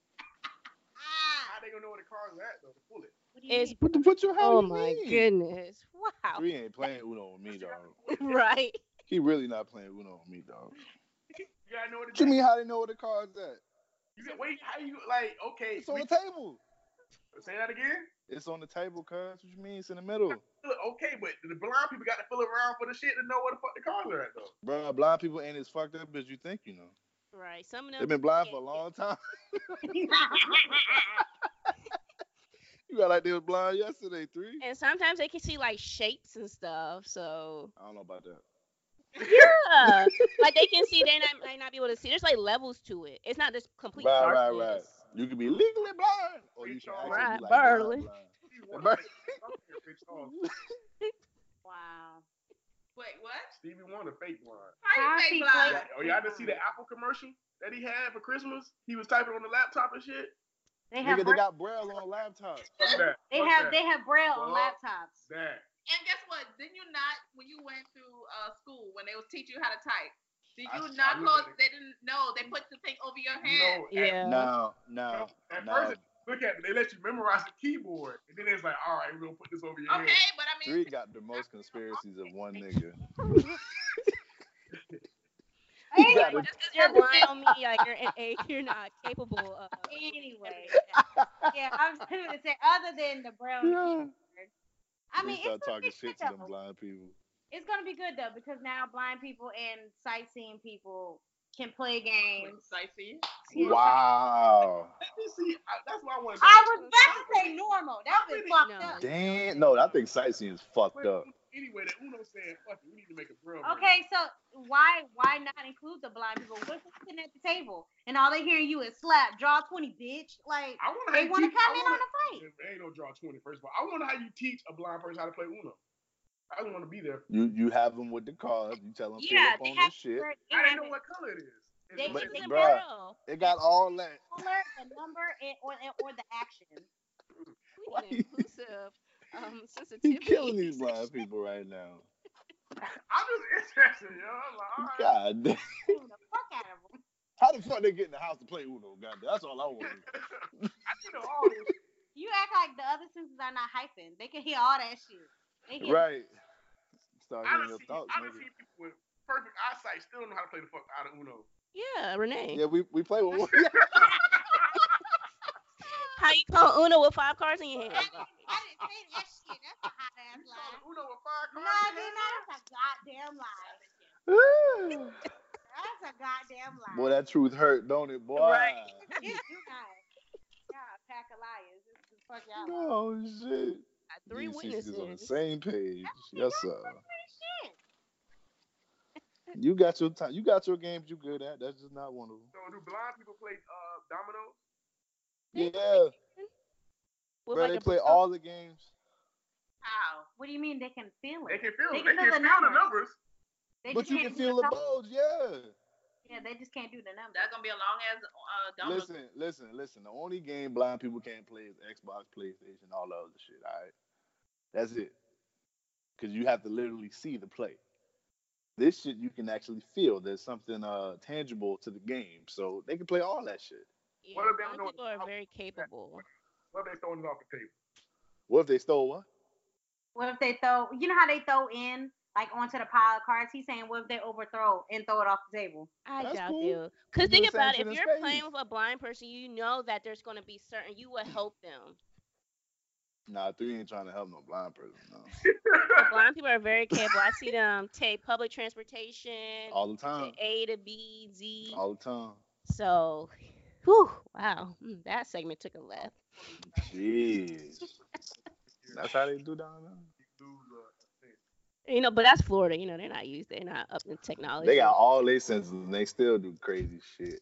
How they gonna know where the car's at though? To pull it.
what do you
it's
mean?
What the what you
oh
you
my
mean?
*laughs* goodness, wow,
We ain't playing Uno with me, dog.
right?
He really not playing Uno with me, dog.
You gotta know what
What you
it
mean?
is.
How they know where the card's at?
You got, wait, how you like? Okay,
It's on
we-
the table.
say that again.
It's on the table, cuz. What you mean? It's in the middle.
Look, Okay, but the blind people got to feel around for the shit to know where the fuck the cars are at
*laughs*
though.
Bruh, blind people ain't as fucked up as you think, you know.
Right. Some of them
They've been blind for a long time. *laughs* You got like they was blind yesterday, three.
*laughs* and sometimes they can see like shapes and stuff. *laughs* So
I don't know about that.
yeah, like they can see they not, might not be able to see. There's like levels to it. It's not just complete
Right, right,
darkness.
right. You could be legally blind, or you can actually
Right,
be like
barely.
blind, blind.
He wanted
Bur-
to fake- I'm here, bitch, oh,
*laughs*
wow.
Wait, what?
Stevie Wonder fake blind.
How
How
is
you say
he playing?
blind?
Yeah, oh, y'all didn't see the Apple commercial that he had for Christmas? He was typing on the laptop and shit.
They have
Nigga, they
braille.
got braille on
*laughs*
laptops.
Fuck that.
They
Fuck
have
that.
they have braille on
Fuck
laptops.
that.
And guess what? Didn't you not when you went to uh, school when they was teaching you how to type? Did
I-
you
I
not close?
looked at it.
They didn't know. They put the thing over your hand.
No, at-
Yeah.
No, no,
At,
no.
first, it look at it. They let you memorize the keyboard, and then it's like, all right, we're gonna put this over your head.
Okay, but I
Three
mean,
got the most conspiracies of one nigga.
Anyway,
got it. *laughs*
just 'cause you're
You're blind on me, like you're an A, *laughs* you're not capable *laughs* of.
*laughs*
Anyway.
everything.
yeah, I'm just *laughs* gonna say other than the brown
Yeah.
keyboard. I mean,
They
it's gonna,
start talking
be good
shit to them
though.
blind people.
it's gonna be good though because now blind people and sightseeing people can
*laughs*
play games.
sightseeing.
Yeah.
Wow.
You see, I, that's why I want.
I was about to say normal. That was fucked
No.
up.
Damn. No, I think sightseeing is fucked up.
Anyway, that Uno said, "Fuck it, we need to make a drill."
Okay, so why why not include the blind people? What's sitting at the table and all they hearing you is slap, draw twenty, bitch. Like
I want
they want to come in on the fight.
There ain't no draw 20, first of all. I wonder how you teach a blind person how to play Uno. I just want to be there.
You you have them with the cards. You tell them
Yeah,
pull
they
up on
have
this shit.
I didn't know
*laughs*
what color it is.
They-
It's
Which
like-
But-
is
bruh.
immoral.
It got all that.
*laughs* color, the number, and, or and- or the action.
Why
We
you- *laughs*
need inclusive um, sensitivity.
You killing these blind people right now.
I'm just interested, yo. I'm
Uh-huh.
like, all right.
God, damn. *laughs*
Ooh, the fuck out of 'em.
how the fuck they get in the house to play Uno? God, damn, that's all I want.
*laughs*
*laughs* I need to know all this.
You act like the other senses are not hyping. They can hear all that shit. They hear
Right. Start
I
hearing
done
your
seen,
thoughts,
I done
nigga.
seen people with perfect eyesight still know how to play the fuck out of Uno.
Yeah, Renee.
Yeah, we, we play with
How you call Uno with five cards in your hand?
I didn't, I didn't say that shit. That's a hot ass
You
lie.
call Uno with five
No,
cards?
I did not. That's a goddamn lie. *laughs* That's a goddamn lie.
*laughs* Boy, that truth hurt, don't it, boy?
Right.
*laughs* you guys, y'all a pack of liars. This is fuck y'all. lies.
Oh shit.
Three
These sisters
witnesses.
on the same page. Yes, sir.
Shit.
You got your time. You got your games. You good at. That's just not one of them.
So do blind people play uh, dominoes?
Yeah,
With
bro.
like
They
a
play
book.
all the games.
How?
What do you mean they can feel
They
it?
can feel.
They
They
can
can
feel the
feel the
numbers.
numbers.
They
But
just
you
can't
can
do
feel the
number.
bulge. Yeah.
Yeah, they just can't do the number.
That's gonna be a long ass uh, domino.
Listen, listen, listen. The only game blind people can't play is Xbox, PlayStation, all the other shit. All right. That's it. Because you have to literally see the play. This shit you can actually feel. There's something uh tangible to the game, so they can play all that shit.
Yeah,
What if they
blind
don't know
people
what-
are very capable.
What if they throwing it off the table? *laughs*
What if they stole one?
What if they throw? You know how they throw in like onto the pile of cards? He's saying, what if they overthrow and throw it off the table?
I
That's
doubt
cool.
they'll. Because
do the
think
same
about
shit
it,
in
if you're playing
space.
with a blind person, you know that there's going to be certain, you will help them.
Nah, three ain't trying to help no blind person.
*laughs*
No.
Blind people are very capable. I see them take public transportation,
All the
to
time.
A to B, Z.
All the time.
So, whew, wow, mm, that segment took a left.
Jeez. That's how they do down there.
You know, but that's Florida. You know, they're not used. They're not up in technology.
They got all their senses and they still do crazy shit.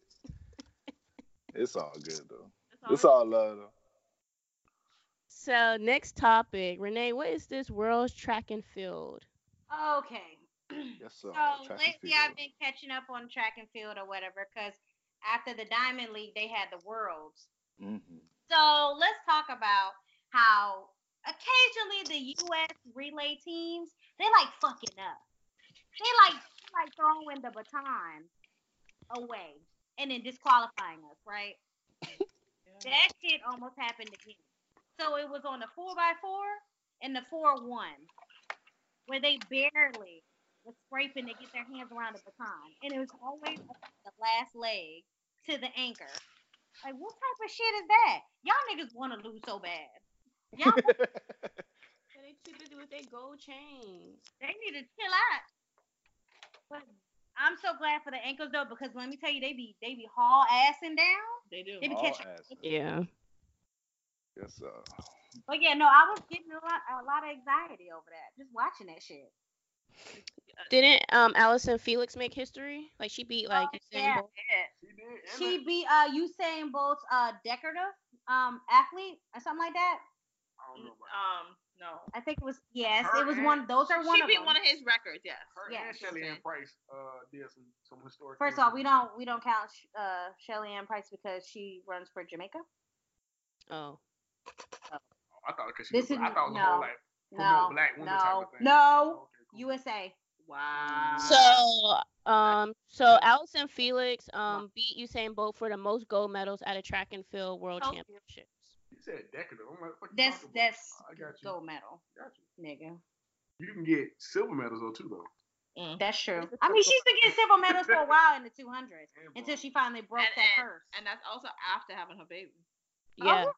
It's all good though. It's all love though.
So next topic, Renee, what is this world's track and field?
Okay.
Yes, sir.
So
Track and
lately, I've
field.
been catching up on track and field or whatever because after the Diamond League, they had the Worlds.
Mhm.
So let's talk about how occasionally the U.S. relay teams they like fucking up. They like they like throwing the baton away and then disqualifying us, right? That shit almost happened again. So it was on the four by four and the four one, where they barely was scraping to get their hands around the baton, and it was always the last leg to the anchor. Like, what type of shit is that? Y'all niggas want to lose so bad. Y'all,
They too busy with their gold chains.
they need to chill out. But I'm so glad for the ankles though, because let me tell you, they be they be haul assing down.
They do.
They be
All
catching.
ass.
Yeah.
Yes, sir.
But yeah, no, I was getting a lot a lot of anxiety over that, just watching that shit.
Didn't um Allison Felix make history? Like she beat like Usain
yeah.
Bolt.
She did. and
She beat uh Usain Bolt's uh decorative um athlete or something like that.
I don't know about
uh,
Um, no.
I think it was yes,
Her
it was
and-
one. Those are one
she
of
beat
them.
one of his records. Yes.
Her
Yeah,
and Shelly Ann Price uh, did some, some historic.
First of
things.
all, we don't we don't count Sh- uh Shelly Ann Price because she runs for Jamaica.
Oh.
I thought because she.
This
was, I
is-
thought it was
no. Oh,
a
No,
whole like promote black women type
no,
of thing. Oh.
no.
Okay, cool.
USA.
Wow.
So um so Allison Felix um beat Usain Bolt for the most gold medals at a track and field world
Oh.
championships.
You said decorative. I'm like, what you
That's
talking about?
that's
I got you.
gold medal,
Got you.
nigga.
You can get silver medals though too though.
That's true. I mean, she's been getting silver medals for a while in the 200s
And
until
bronze.
she finally broke
And-
that curse.
And that's also after having her baby.
Yeah.
Oh,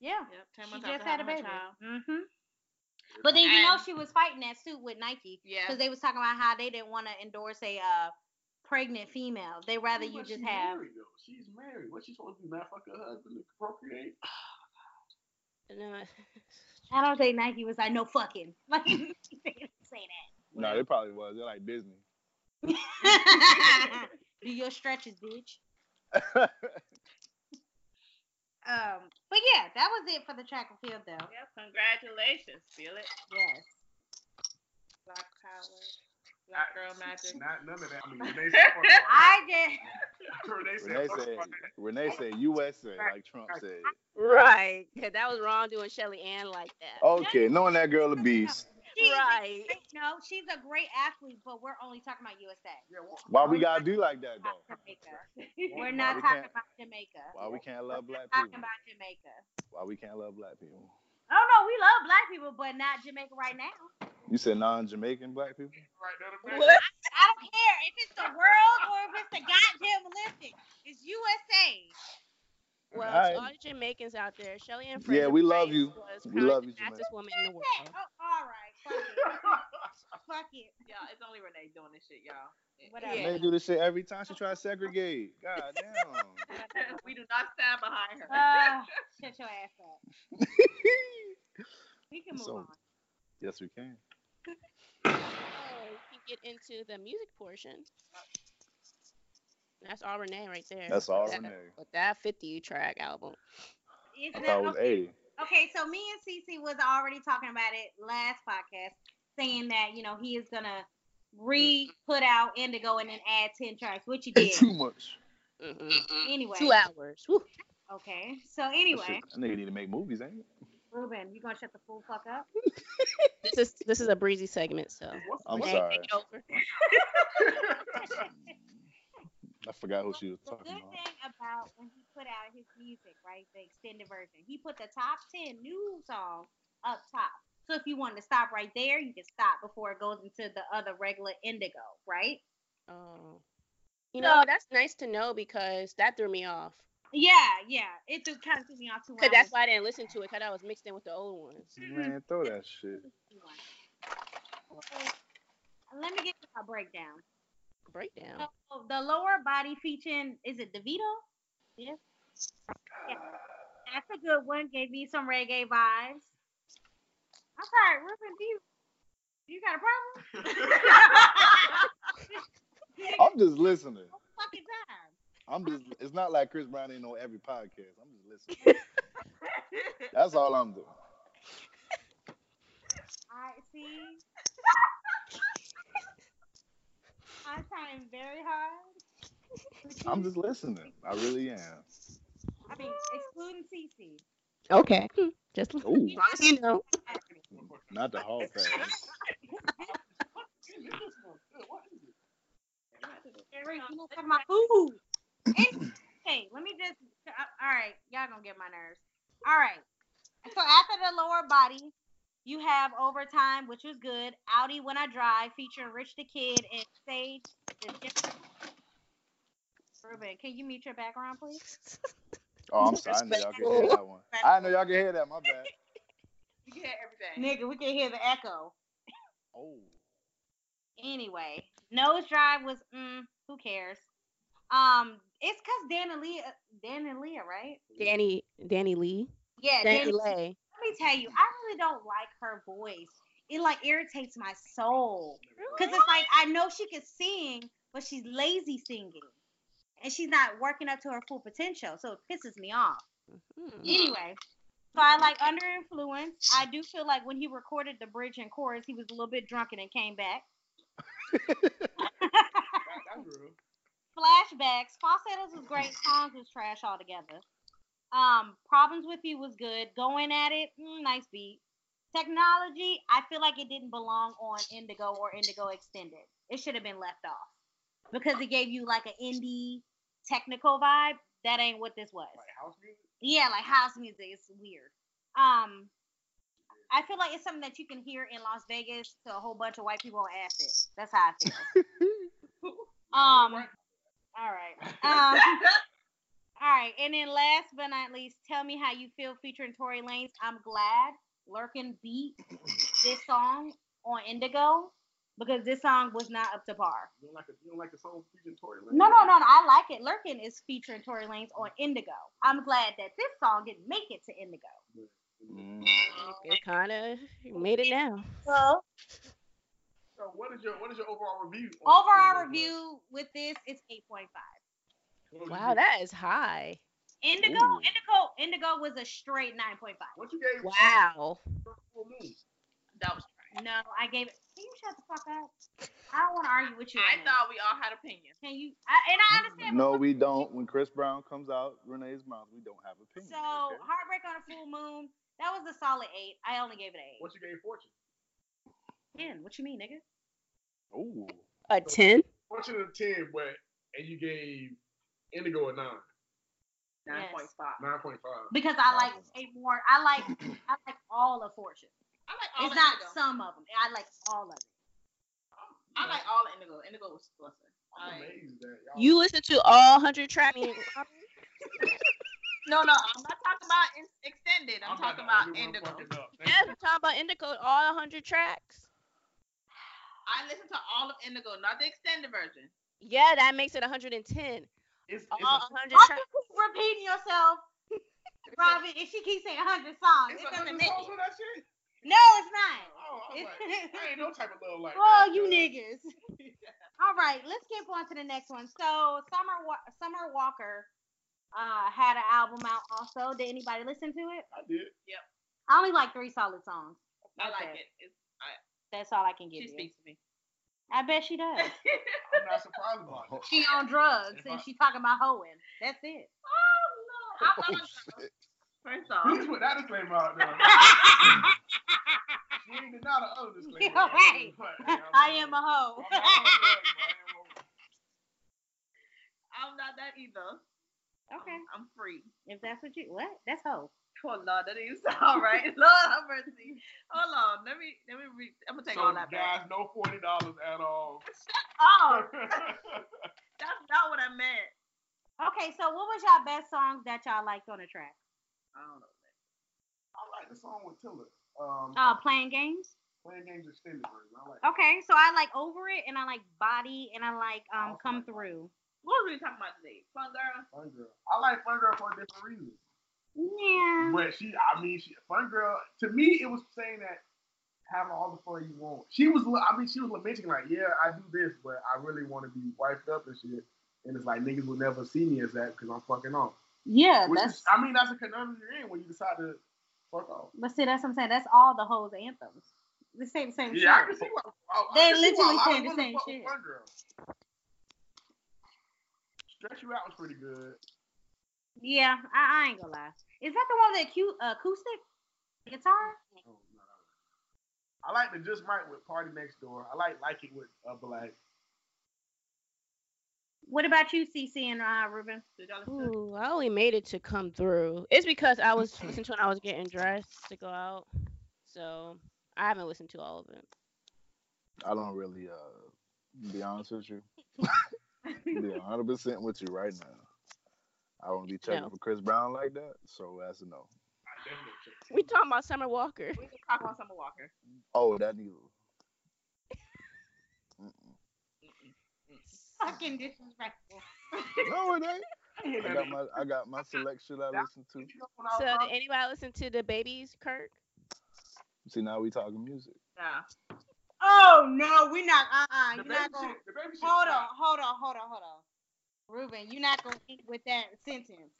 yeah,
Yep, ten
she
months
just
after
had a
having
baby.
her child.
hmm But then you know
And-
she was fighting that suit with Nike
Yeah.
because they was talking about how they didn't want to endorse a uh, pregnant female. They rather
Yeah,
you
but
just
she's
have.
Married, though. She's married. What she supposed to do? Not fuck her husband and procreate?
*laughs* No.
I don't think Nike was like no fucking. *laughs* Like they didn't say
No, they probably was. They're like Disney.
*laughs* that. Do your stretches, bitch. *laughs* Um, but yeah, that was it for the track and field though.
Yep, congratulations. Feel it.
Yes.
Black power. Black girl magic.
Not none of that. I mean, when
*laughs*
they said fuck
I did.
her,
*laughs*
when they said
Renee
fuck
said,
her,
Renee said USA, like Trump said.
Right. 'Cause that was wrong doing Shelly Ann like that.
Okay, knowing that girl a beast,
She's a
right.
great- no, she's a great athlete, but we're only talking about USA.
yeah, what-
why we gotta do like that
Not
though?
Jamaica. *laughs* We're
Why
not
we
talking
can't-
about Jamaica.
Why we can't love black
talking
people?
about Jamaica.
Why we can't love black people?
Oh no, we love black people, but not Jamaica right now.
You said non-Jamaican black people?
Right there, the
What?
I don't care if it's the world or if it's the goddamn Olympics. It's USA.
Well,
Right.
to all the Jamaicans out there, Shelly Ann
Yeah, we love
Fraser
you.
was
We
probably
love you,
the fastest woman in the world.
Oh, all right. Fuck it.
*laughs*
Fuck *laughs* it.
Y'all, it's only Renee doing this shit, y'all.
Whatever.
They do this shit every time she try to segregate. God
*laughs*
damn.
*laughs* we do not stand behind her.
Ah, shut your ass up. We can move
So-
on.
yes, we can.
So we can get into the music portion. That's all Renee right there.
*laughs*
That's all
That-
Renee.
With that 50 track album.
It's
I
not-
thought it was
okay,
80.
Okay, so me and Cece was already talking about it last podcast, saying that you know he is gonna re put out Indigo and then add ten tracks, which he did.
It's *laughs* too much.
Mhm.
anyway,
Two hours. Woo.
okay. So
That
anyway,
shit- That nigga need to make movies, ain't it?
*laughs* Ruben, you gonna shut the fool fuck up?
This is this is a breezy segment, so
I'm
Renee,
sorry.
take over.
I forgot who she was
the
talking
good
about.
thing about when he put out his music, right, the extended version, he put the top ten new songs up top. So if you wanted to stop right there, you can stop before it goes into the other regular Indigo, right?
Oh. You know, that's nice to know because that threw me off.
Yeah, yeah. It just kind of threw me off too.
Because that's why I didn't listen to it, because I was mixed in with the old ones.
Man, throw that
*laughs*
shit.
Let me get a breakdown.
Breakdown.
So the lower body featuring is it DeVito? Yeah. yeah. That's a good one. Gave me some reggae vibes. I'm sorry, Ruben, do you you got a problem?
I'm just listening.
Fucking time.
I'm just. It's not like Chris Brown ain't on every podcast. I'm
*laughs*
just listening. That's all I'm doing.
I see. I'm trying very hard.
I'm just listening. I
*laughs*
really am.
I mean, excluding Cece.
Okay. *laughs* Just as
Ooh,
long as you know.
not the hall pass.
Eric, you look at my food. okay, let me just. uh, all right, y'all gonna get my nerves. All right. So after the lower body, you have overtime, which was good. Audi when I drive, featuring Rich the Kid and Sage. The Gen- Ruben, can you mute your background, please?
Oh, I'm sorry. I know y'all can hear that one. I know y'all can hear that. My bad.
You can hear everything.
Nigga, we can hear the echo. *laughs*
Oh,
Anyway, nose drive was mm, who cares? Um, it's cause Dan Leah, Dan Leah, right?
Danny Danny Lee.
Yeah,
Danny
Dana-
Lay.
let me tell you, I really don't like her voice. It like irritates my soul. Cause it's like I know she can sing, but she's lazy singing. And she's not working up to her full potential. So it pisses me off.
Hmm.
Anyway. So I like under influence. I do feel like when he recorded the bridge and chorus, he was a little bit drunken and came back.
That's real.
Flashbacks, falsettos was great, songs was trash altogether. Um, problems with you was good. Going at it, mm, nice beat. Technology, I feel like it didn't belong on Indigo or Indigo Extended. It should have been left off because it gave you like an indie technical vibe. That ain't what this was.
Like house music.
Yeah, like house music. It's weird. Um, I feel like it's something that you can hear in Las Vegas to a whole bunch of white people on acid. That's how I feel. um, all right. Um, all right. And then last but not least, tell me how you feel featuring Tory Lanez. I'm glad Lurkin beat this song on Indigo because this song was not up to par.
You don't like, the- you don't like the song featuring Tory Lanez?
No, no, no, no. I like it. Lurkin is featuring Tory Lanez on Indigo. I'm glad that this song didn't make it to Indigo.
Mm.
Um,
It kind of made it now.
Well,
So what is your what is your overall review? on
overall
Indigo?
review with this is 8.5.
What would you
Wow,
give-
that is high.
Indigo,
Ooh.
Indigo, Indigo was a straight 9.5.
What you gave?
Wow.
Full Moon?
That was
No, I gave it. Can you shut the fuck up? I don't want to argue with you.
I
right now.
thought we all had opinions.
Can you? I, and I understand.
No, we don't. When Chris Brown comes out Renee's mouth, we don't have opinions.
So
okay?
heartbreak on a full moon. That was a solid eight. I only gave it an
What you gave Fortune?
eight. Ten. What you mean, nigga? *laughs*
Ooh.
A 10?
Fortune is a ten, but and you gave Indigo a nine,
Nine point five.
nine point five.
Because I like way more. I like I like all of Fortune.
I like all
it's
the
not
indigo.
some of them. I like all of it.
I like all the indigo. Indigo was blessing.
I'm
Like-
amazed that y'all.
You listen to all 100 trap music.
No, no, I'm not talking about in- extended. I'm,
not
talking
the
about
only one
indigo.
fucking up. Thank
Yes,
you.
I'm *laughs* talking about Indigo, all 100 tracks.
I listen to all of indigo, not the extended *laughs* version.
Yeah, that makes it 110.
It's, it's, a,
All 100
Why
tracks.
you keep *laughs* repeating yourself, Robin? If she keeps saying 100 songs, it
it's a
doesn't
hundred
make
songs
it.
for that shit.
No, it's not.
Oh,
*laughs*
I was
It's-
like, I ain't no type of love like
Oh,
that.
you
cuz.
niggas. All right, let's skip on to the next one. So, Summer Wa- Summer Walker uh, had an album out also. Did anybody listen to it?
I did.
I only like three solid songs.
I
Okay.
like it. It's,
That's all I can give
she
you.
speaks to me.
I bet she does.
I'm not surprised about it.
she on drugs
If
and
I-
she talking about hoeing. That's it.
Oh no! I'm
Oh,
not *laughs*
shit.
First
You
off,
just put that disclaimer out there. She ain't denied the other disclaimer.
You're right. *laughs* I am a hoe. *laughs*
I'm not that either.
okay,
I'm free.
if that's what you what? That's hoe.
Oh Lord, that *laughs* is all right. Lord have mercy. Hold on, let me let me read. I'm gonna take
So
*laughs*
all that back.
guys, no forty dollars at all.
Oh,
*laughs*
that's not what I meant.
Okay, so what was y'all best songs that y'all liked on the track?
I don't know.
I like the song with Tiller. Um,
Uh, playing games.
playing games extended version. I like.
Okay, so I like over it and I like body and I like um come through.
What were we talking about today? Fun girl.
Fun Girl. I like Fun Girl for a different reason.
Yeah.
But she, I mean, she, Fun Girl, to me, it was saying that have all the fun you want. She was, I mean, she was lamenting, like, yeah, I do this, but I really want to be wiped up and shit. And it's like, niggas will never see me as that because I'm fucking off.
Yeah,
Which
that's
is, I mean, that's a conundrum you're in when you decide to fuck off.
but see that's what I'm saying. That's all the hoes anthems. The same same
Yeah, I
shit.
can see why. I, I
They
can see why a
literally
lot of
said the
women
same
fuck with
shit.
Fun Girl. Stretch You Out was pretty good.
Yeah, I, I ain't gonna lie. Is that the one with the acute, acoustic guitar?
Oh, no, no. I like the Just Right with Party Next Door. I like Like It with uh, Black.
What about you, CC and uh, Ruben?
Did y'all listen?
Ooh, I only made it to come through. It's because I was listening to when I was getting dressed to go out. So I haven't listened to all of it.
I don't really uh be honest with
*laughs*
you. be hundred percent with you right now. I don't be checking
No.
for Chris Brown like that, so that's a no.
I definitely check.
We talking about Summer Walker. *laughs*
We can talk about Summer Walker.
Oh, that neither. Mm-mm.
Fucking disrespectful.
no, it ain't.
I hear
I
that
got
nigga.
my I got my selection I listen to.
You know when I
So
was-
oh.
did anybody listen to the babies, Kirk?
See now we talking music.
Nah.
Oh no, we not. Uh uh-uh,
the
you
baby
not gonna.
shit- the baby shit
Hold on,
fly.
hold on, hold on, hold on. Ruben, you not gonna eat with that sentence.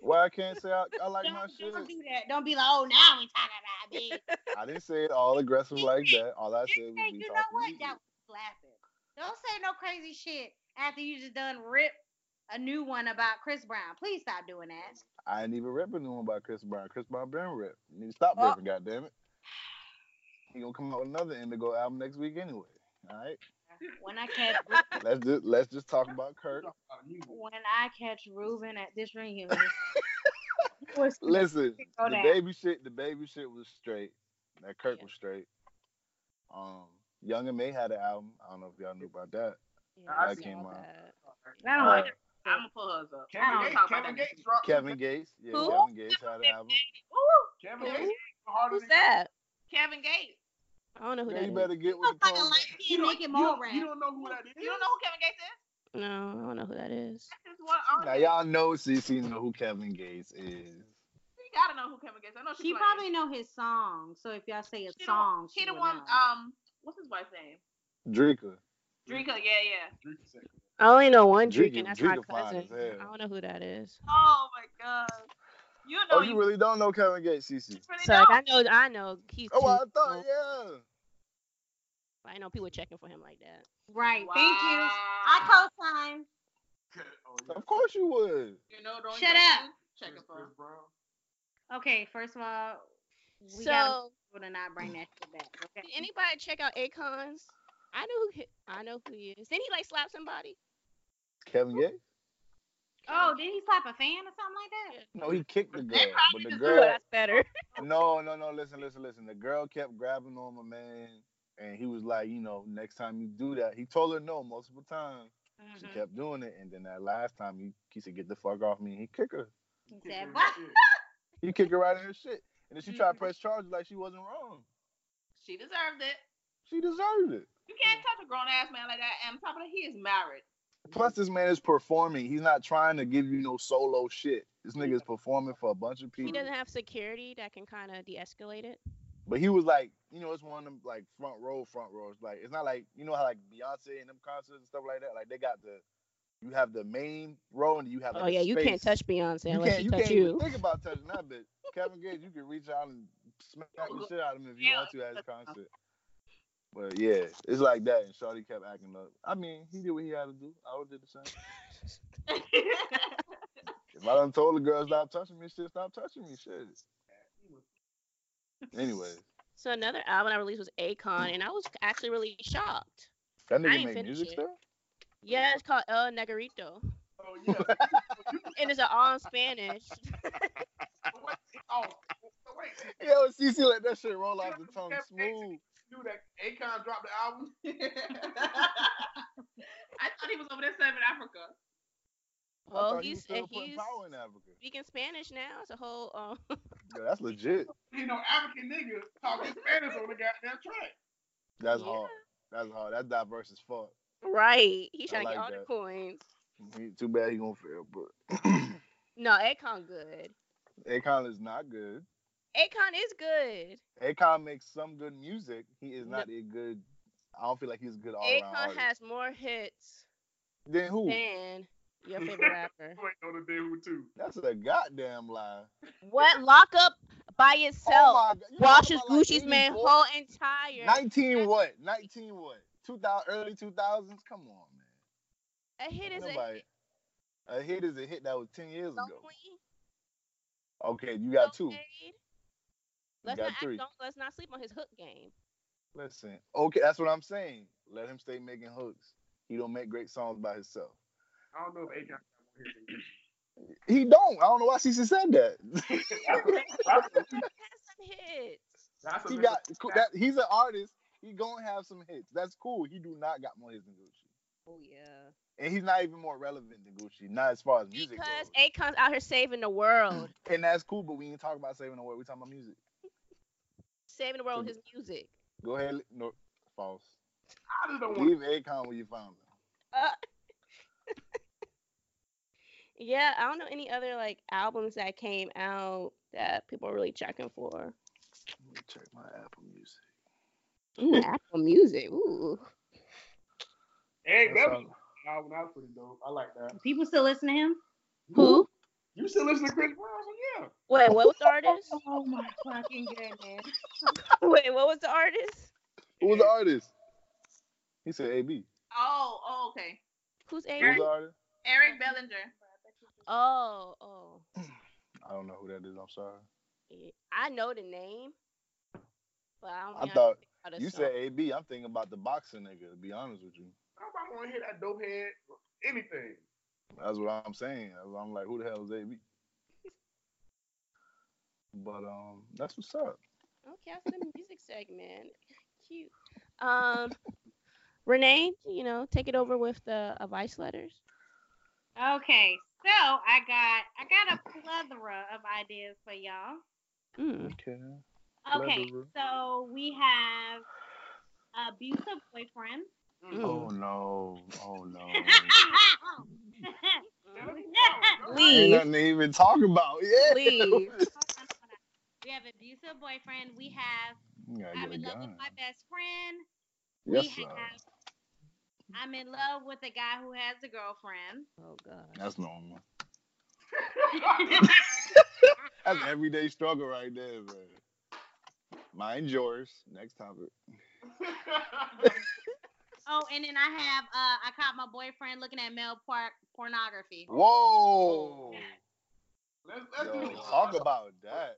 Why I can't say I, I like my
Don't,
shit.
don't do that. Don't be like, oh, now we talking about it.
*laughs*
bitch."
I didn't say it all aggressive like that. All I said was
Hey,
we
you know
talking
what?
music.
That was slapping. Don't say no crazy shit after you just done rip a new one about Chris Brown. Please stop doing that.
I ain't even repping no one by Chris Brown. Chris Brown been rep. You need to stop
Oh.
ripping, goddamn it. He gonna come out with another Indigo album next week anyway. All right.
When I
*laughs*
catch
Let's just let's just talk about
We
Kirk.
talk about music.
*laughs*
when I catch Ruben at this reunion, was
Listen,
Go
the
down.
baby shit, the baby shit was straight. That Kirk
Yeah.
was straight. Um, Young and May had an album. I don't know if y'all knew about that.
Yeah,
I
I saw
came out.
that.
I don't
Uh,
know.
I'm gonna pull hers up.
I don't
Kevin Gates,
talk about
Kevin
that.
Gates dropped.
Kevin Gates, yeah,
Who?
Kevin Gates had an album.
Ooh,
Kevin
Who?
Gates dropped harder
Who's
than-
that?
Kevin Gates.
I don't know who
Yeah,
that
you
is.
better get with
Looks
the
like a
program.
light
You
skin.
make it
You
more
don't,
rap.
you don't know who that is.
You don't know who Kevin Gates is?
No, I don't know who that is.
That's just one
Now
artist.
y'all know CC know who Kevin Gates is.
She gotta know who Kevin Gates. is. I know she's
She
playing.
probably know his song. So if y'all say a
She the one-
song,
She
she
the
would
one.
know.
Um, what's his wife's name?
Drinker.
Drika. Yeah, yeah.
Drink a second.
I only know one
Drake
Drake, and
is-
that's my
Drake is fine
cousin.
as hell.
I don't know who that is.
Oh my god. You know
Oh, you really don't know Kevin Gates, CC.
really
So like, I know, I know he's.
Oh,
too
I
old.
thought, yeah.
I know people checking for him like that.
Right. Thank you. I co-sign.
Oh, yeah.
Of course you would.
You know, don't
Shut
you-
up.
Check
Chris
it for.
Brown.
Okay, first of all, we gotta
so,
be able to not bring that shit back. Okay.
did anybody check out Akon's? I know who he, I know who he is. Didn't he like slap somebody?
Kevin Gates?
Oh, did he slap a fan or something like that?
No, he kicked the girl, but the
Ooh,
girl.
Oh, that's better.
No, no, no. Listen, listen, listen. The girl kept grabbing on my man, and he was like, you know, next time you do that, he told her no multiple times. She
Mhm.
kept doing it, and then that last time, he, he said, "Get the fuck off me!" and he kicked her.
He
Kick
said,
her
"What?"
shit.
He kicked her right in her shit, and then she tried to
Mhm.
press charges like she wasn't wrong.
She deserved it.
She deserved it.
You can't touch a grown ass man like that. And on top of that, he is married.
Plus, this man is performing. He's not trying to give you no solo shit. This nigga is performing for a bunch of
He
people.
doesn't have security that can kind of de-escalate it.
But he was like, you know, it's one of them like front row, front rows. Like it's not like you know how like Beyonce and them concerts and stuff like that. Like they got the, you have the main row and you have. Like,
Oh
a
yeah, you can't
space.
touch Beyonce
You
unless
can't.
she
You
touch
can't
you.
even think about touching that
*laughs*
bitch. Kevin Gates, you can reach out and smack the shit out of him if you want to at his concert. But yeah, it's like that. And Shawty kept acting up. I mean, he did what he had to do. I would do the same.
*laughs*
If I done told the girl stop touching me, shit, stop touching me, shit. Anyway,
So another album I released was Akon, and I was actually really shocked.
that
I
nigga
ain't
make
finished
music
it.
still.
Yeah, it's called El Negrito,
Oh, yeah.
*laughs*
and it's all in Spanish.
Oh, wait. Oh, wait.
*laughs* Yo, CC let that shit roll off the tongue smooth.
Dude, that Akon dropped the album. *laughs*
I thought he was over there serving Africa.
I
Well,
thought he was
he's
still
and
putting
he's
power in Africa.
speaking Spanish now. It's a whole. Um,
Yo, that's legit.
You know, African nigga talking Spanish on the goddamn track.
That's
Yeah.
hard. That's hard. That's diverse as fuck.
right, he's
I
trying to
like
get all the
that.
coins.
He, too bad he gonna fail, but
No, Akon good.
Akon is not good.
Akon is good.
Akon makes some good music. He is not a good. I don't feel like he's a good all
Akon
around
has more hits
Then who?
than
*laughs*
your favorite rapper.
You ain't know the day who too.
That's a goddamn lie. Oh
What lock up by itself?
my god! You
washes
talking about, like,
Gucci's man
84?
whole entire.
Nineteen what? Nineteen what? Two thousand early two thousands? Come on, man.
a hit is a
Nobody.
hit.
A hit is a hit that was ten years
Don't
ago.
we?
Okay, you got two.
Don't fade.
You
Let's
got
not act,
three.
don't, let's not sleep on his hook
*laughs*
game.
Listen, okay, that's what I'm saying. Let him stay making hooks. He don't make great songs by himself.
I don't know if Akon got more hits than
He don't. I don't know why CC said that. *laughs*
you. That's a-
He has some hits.
that's a
he
nigga- *laughs*
got cool, that. He's an artist. He gonna have some hits. That's cool. He do not got more hits than Gucci,
Oh yeah.
and he's not even more relevant than Gucci. Not as far as music
Because
goes.
Akon's out here saving
*clears throat*
the world,
and that's cool. But we ain't talking about saving the world. We talking about music.
saving the world with his music.
Go ahead. No, false.
I just don't want
Leave Akon where you found him.
Yeah, I don't know any other like albums that came out that people are really checking for.
Let me check my Apple Music.
Ooh, Apple Music. Ooh.
Hey,
That's
that was
all.
an album. That was pretty dope. I like that.
People still listen to him?
Who?
You still listen to Chris Brown? So yeah.
Wait, what was the artist?
Oh my fucking goodness.
Wait, what was the artist?
Who was the artist? He said AB.
Oh, oh, okay.
Who's
Who was uh,
Aaron?
the artist?
Eric Bellinger.
Oh, oh.
I don't know who that is. I'm sorry.
Yeah, I know the name, but I
Oh,
don't
I
think I,
thought
can think
You
said
said AB. I'm thinking about the boxing nigga. To be honest with you,
Nobody want to hear that dope head. Anything.
*laughs*
that's what I'm saying. I'm like, who the hell is AB? But um, that's what's up.
Okay, that's the music segment. *laughs* Cute. Um, Renee, you know, take it over with the advice letters.
Okay, so I got I got a plethora of ideas for y'all.
Mm.
Okay.
Okay,
Plethora.
so we have abusive boyfriend.
mm,
Hmm.
Oh no! *laughs*
*laughs*
Oh no!
Mm-hmm.
Ain't
Leave.
nothing to even talk about. Yeah. *laughs*
Leave.
we have abusive boyfriend. We have
You gotta
I'm
get a
in love with
gun.
my best friend.
Yes,
we
sir.
have I'm in love with a guy who has a girlfriend.
Oh god.
That's normal. That's
Ah.
everyday struggle right there, bro. Mine's yours. Next topic.
Oh, and then I have uh, I caught my boyfriend looking at male por- pornography.
Whoa!
Let's, let's
Yo,
do this.
talk about that.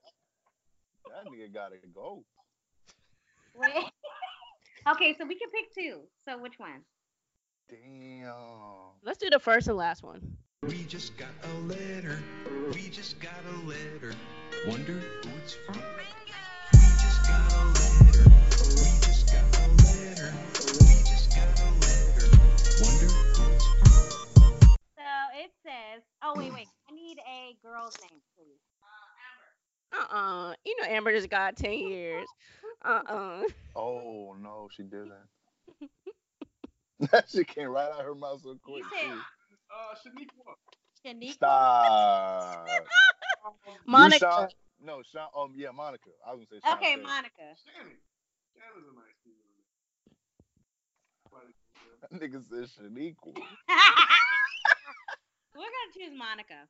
That nigga gotta go.
*laughs*
Oh.
okay, so we can pick two. So which one?
Damn.
Let's do the first and last one.
We just got a letter. We just got a letter. Wonder who it's from. We just got a letter. We just got a letter. We just got a letter. Wonder who it's from.
So it says. Oh wait, wait. I need a girl's name, please.
Uh uh You know Amber just got ten years. Uh uh
Oh no, she didn't. *laughs* she came right out her mouth so quick.
said-
too.
Uh, Shaniqua.
Shaniqua.
Stop. You
Monica.
Sean- no, Sean. Um, yeah, Monica. I was gonna say.
Okay,
Shantae.
Monica. *laughs*
Shannon. Shannon's a nice dude.
*laughs* That nigga said Shaniqua.
We're gonna choose Monica.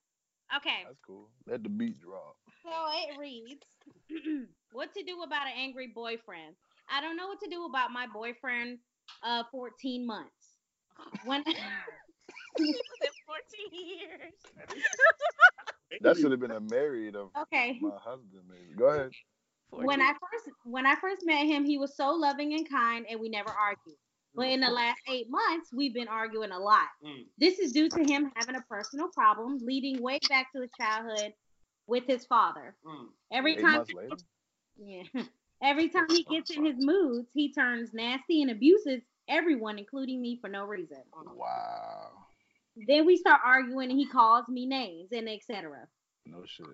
Okay.
That's cool. Let the beat drop.
So it reads *clears throat* What to do about an angry boyfriend? I don't know what to do about my boyfriend uh 14 months. When *laughs*
*laughs* Fourteen years.
That should have been a married of
Okay.
my husband, maybe. Go ahead.
When I first when I first met him, he was so loving and kind and we never argued. But in the last 8 months, we've been arguing a lot.
Mm.
This is due to him having a personal problem leading way back to his childhood with his father.
Mm.
Every
Eight
time
months later.
Yeah. *laughs* Every time he gets in his moods, he turns nasty and abuses everyone, including me, for no reason.
Wow.
Then we start arguing and he calls me names and etc.
No shit.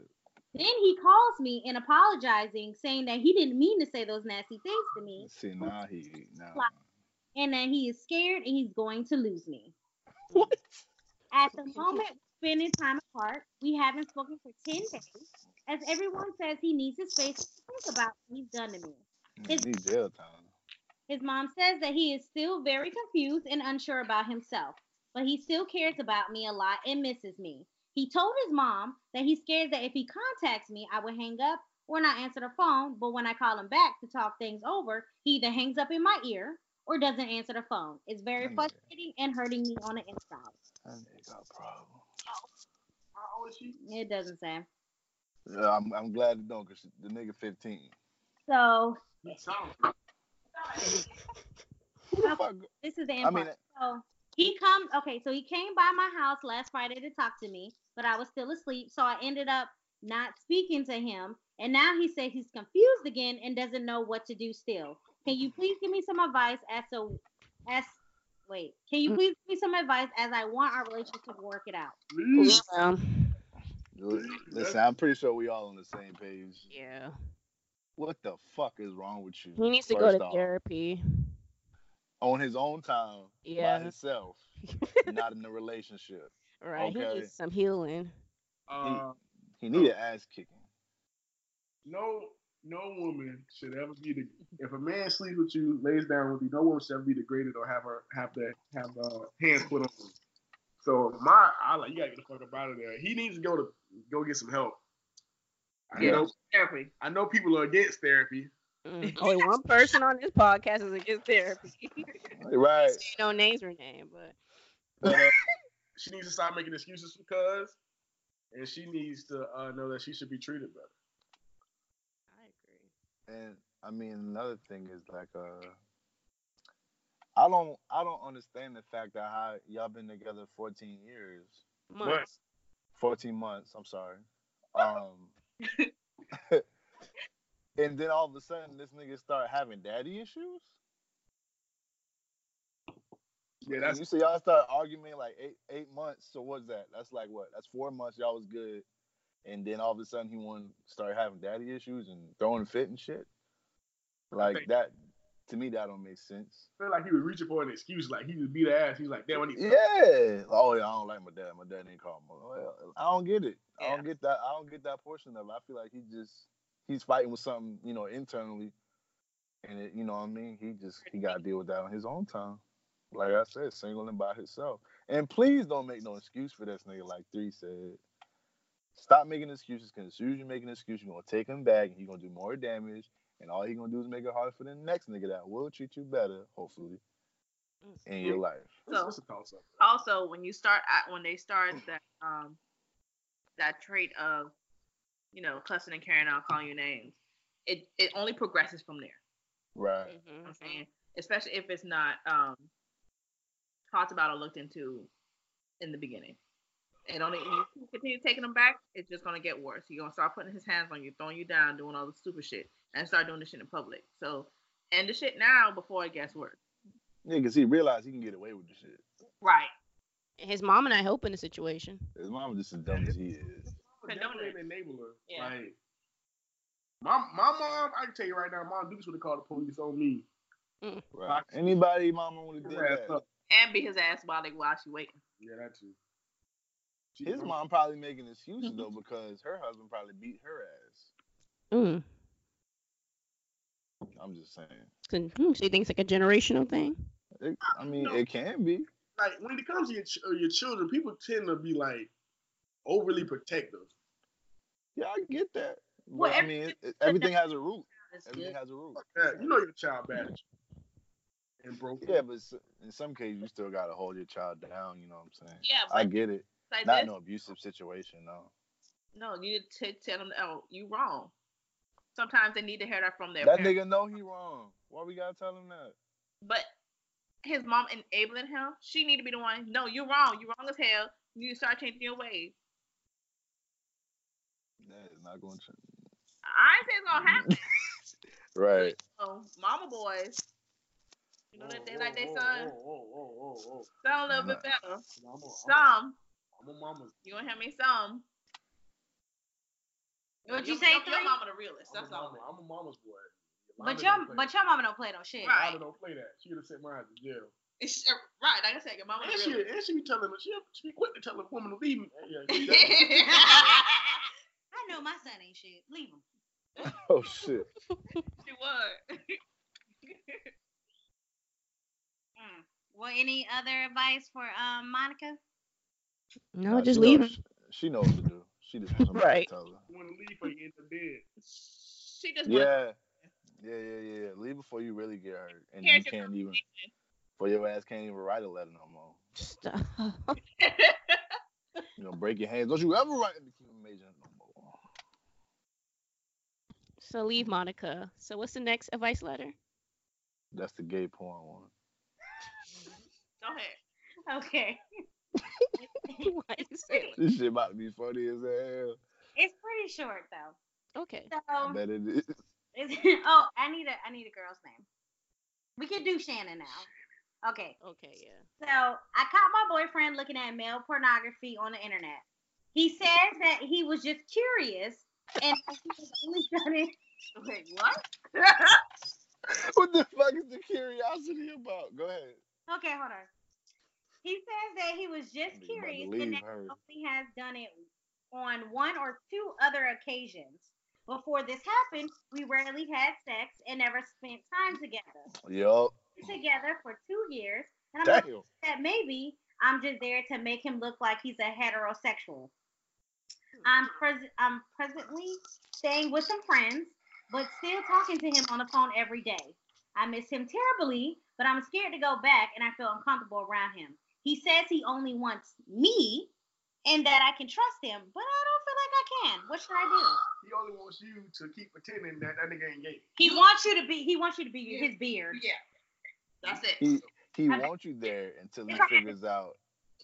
Then he calls me and apologizing, saying that he didn't mean to say those nasty things to me
See now he now.
and that he is scared and he's going to lose me.
What?
At the moment we're spending time apart, we haven't spoken for 10 days, as everyone says he needs his space to think about what he's done to me.
He need jail time.
His mom says that he is still very confused and unsure about himself, but he still cares about me a lot and misses me. He told his mom that he's scared that if he contacts me, I would hang up or not answer the phone. But when I call him back to talk things over, he either hangs up in my ear or doesn't answer the phone. It's very
Mm.
frustrating and hurting me on the inside.
That nigga got problems.
How old is she?
It doesn't say.
Yeah, I'm I'm glad it don't cause the nigga 15.
So
He sounds
Who the fuck?
this is the end
I
part.
mean,
So he comes. Okay, so he came by my house last Friday to talk to me, but I was still asleep, so I ended up not speaking to him. And now he said he's confused again and doesn't know what to do. Still, can you please give me some advice as to as wait? Can you please give me some advice as I want our relationship to work it out?
Please.
listen, I'm pretty sure we all on the same page.
yeah.
What the fuck is wrong with you?
He needs to go
First
to
off,
therapy.
on his own time
Yeah.
by
*laughs*
himself, not in a relationship.
Right.
Okay.
He needs some healing.
Uh,
He need an ass kicking.
no, no woman should ever be the. If a man sleeps with you, lays down with you, no woman should ever be degraded or have her have that have uh, hands put on him. So my, I like you gotta get the fuck up out of there. He needs to go to go get some help. I
Yeah.
know,
Therapy.
I know people are against therapy.
Mm. Only one person on this podcast is against therapy.
Right.
no names were named, but
But, uh, *laughs* she needs to stop making excuses because, and she needs to uh, know that she should be treated better.
I agree.
And I mean, another thing is like, uh, I don't, I don't understand the fact that how y'all been together 14 years,
Months.
14 months. I'm sorry. Um, *laughs* and then all of a sudden, this nigga start having daddy issues.
Yeah,
And
that's
you see, y'all start arguing like eight eight months. So what's that? That's like what? That's four months. Y'all was good, and then all of a sudden he wanted to start having daddy issues and throwing fit and shit. Like
think-
that, to me, that don't make sense.
I feel like he was reaching for an excuse. Like he just beat her ass. He was like, damn, I need
Yeah. Oh, yeah, I don't like my dad. My dad ain't call me. Well, I don't get it. I don't get that. I don't get that portion of it. I feel like he just he's fighting with something, you know, internally, and it, you know what I mean. He just he got to deal with that on his own time. Like I said, single and by himself. And please don't make no excuse for this nigga. Like three said, stop making excuses. Because as soon as you make an excuse, you're gonna take him back, and you're gonna do more damage. And all he gonna do is make it hard for the next nigga that will treat you better, hopefully, in your life.
so,
So-
this a toss up.
Oh,
also when you start at, when they start that um that trait of you know cussing and carrying out calling you names it it only progresses from there
Right.
you know what i'm
Mhm.
saying especially if it's not um talked about or looked into in the beginning and only you continue taking them back it's just going to get worse you're going to start putting his hands on you throwing you down doing all the stupid shit and start doing this shit in public so end the shit now before it gets worse
Yeah, because he realized he can get away with the shit.
right
And His mom and I helping the situation.
His mom just as dumb as he is.
Condone
Definitely
it.
an enabler.
Yeah.
Like my my mom, I can tell you right now, mom Dukes would have called the police on me.
Right. Anybody mama would have did
Her ass
that.
up.
and beat his ass while they while she waiting
Yeah, that too. She-
His mom probably making excuses
*laughs*
though because her husband probably beat her ass.
Mm.
I'm just saying.
So, hmm, so you think it's like a generational thing?
It, I mean,
No.
it can be.
like when it comes to your ch- uh, your children, people tend to be like overly protective.
Yeah, I get that. But
Well,
I mean, it, it- everything has a root.
That's
Everything
good.
has a root.
Fuck that. You know your child bad at you. and broke.
Yeah, but s- in some cases you still gotta hold your child down. You know what I'm saying?
yeah but
I get it.
like
Not
this,
in an abusive situation, no.
No, you need to tell them, oh, you wrong. Sometimes they need to hear that from their
That
parents.
nigga know he wrong. Why we gotta tell him that?
But his mom enabling him, she need to be the one. No, you're wrong. You're wrong as hell. You need to start changing your ways.
That is not
*laughs*
going to.
I ain't say it's gonna
Mm-hmm.
happen.
Right.
So, mama boys, you know that they like their
Whoa,
son,
whoa, whoa, whoa, whoa, whoa.
some a little bit better.
I'm a, I'm
Some,
a, I'm a mama's.
you gonna hear me? Some.
What'd you
Your-
say,
Your, your
three?
mama the realest.
I'm a,
That's all.
mama, I'm a mama's boy.
But
Yolanda
your
don't play
but your mama don't play no shit.
that.
Right.
Yolanda don't play that. She would have sent mine to jail.
It's, uh, right, like I said, your mama
And
the
she,
realest.
and she be telling her, she, she be quick to tell a woman to leave. me. Yeah,
*laughs*
she *laughs* definitely-
she
I know my son ain't shit. Leave him.
Oh shit.
would.
Well, any other advice for um Monica?
No,
Nah,
just
she
leave
knows-
him.
She knows what to do. She
*laughs*
just wants somebody
Right.
to tell her.
want to leave or you end up dead.
She just wanna
Yeah. Yeah, yeah, yeah, yeah. Leave before you really get hurt, and
Here's
you
your
can't even. For your ass can't even write a letter no more.
Stop.
You gonna break your hands. Don't you ever write in the Cuban major no more.
*laughs* So leave Monica. So what's the next advice letter? *laughs*
That's the gay porn one.
*laughs* Go ahead.
Okay.
Why you say it?
This shit about to be funny as hell.
It's pretty short though.
Okay.
I
So
bet it is. *laughs*
it's, *laughs* oh, I need a I need a girl's name. We can do Shannon now. Okay.
Okay, yeah.
So I caught my boyfriend looking at male pornography on the internet. He says that he was just curious and that he was only done it.
Wait, what? *laughs*
What the fuck is the curiosity about? Go ahead.
Okay, hold on. He says that he was just
Nigga about to
curious and
leave
that
her.
only has done it on one or two other occasions. Before this happened, we rarely had sex and never spent time together.
Yup.
We've been together for two years, and I'm
Damn.
that maybe I'm just there to make him look like he's a heterosexual. I'm pres- I'm presently staying with some friends, but still talking to him on the phone every day. I miss him terribly, but I'm scared to go back and I feel uncomfortable around him. He says he only wants me and that I can trust him, but I don't feel like I can. What should I do?
He only wants you to keep pretending that that nigga ain't gay.
He wants you to be he wants you to be his beard.
Yeah. That's it.
He he
I bet-
wants you there until he
Right.
figures out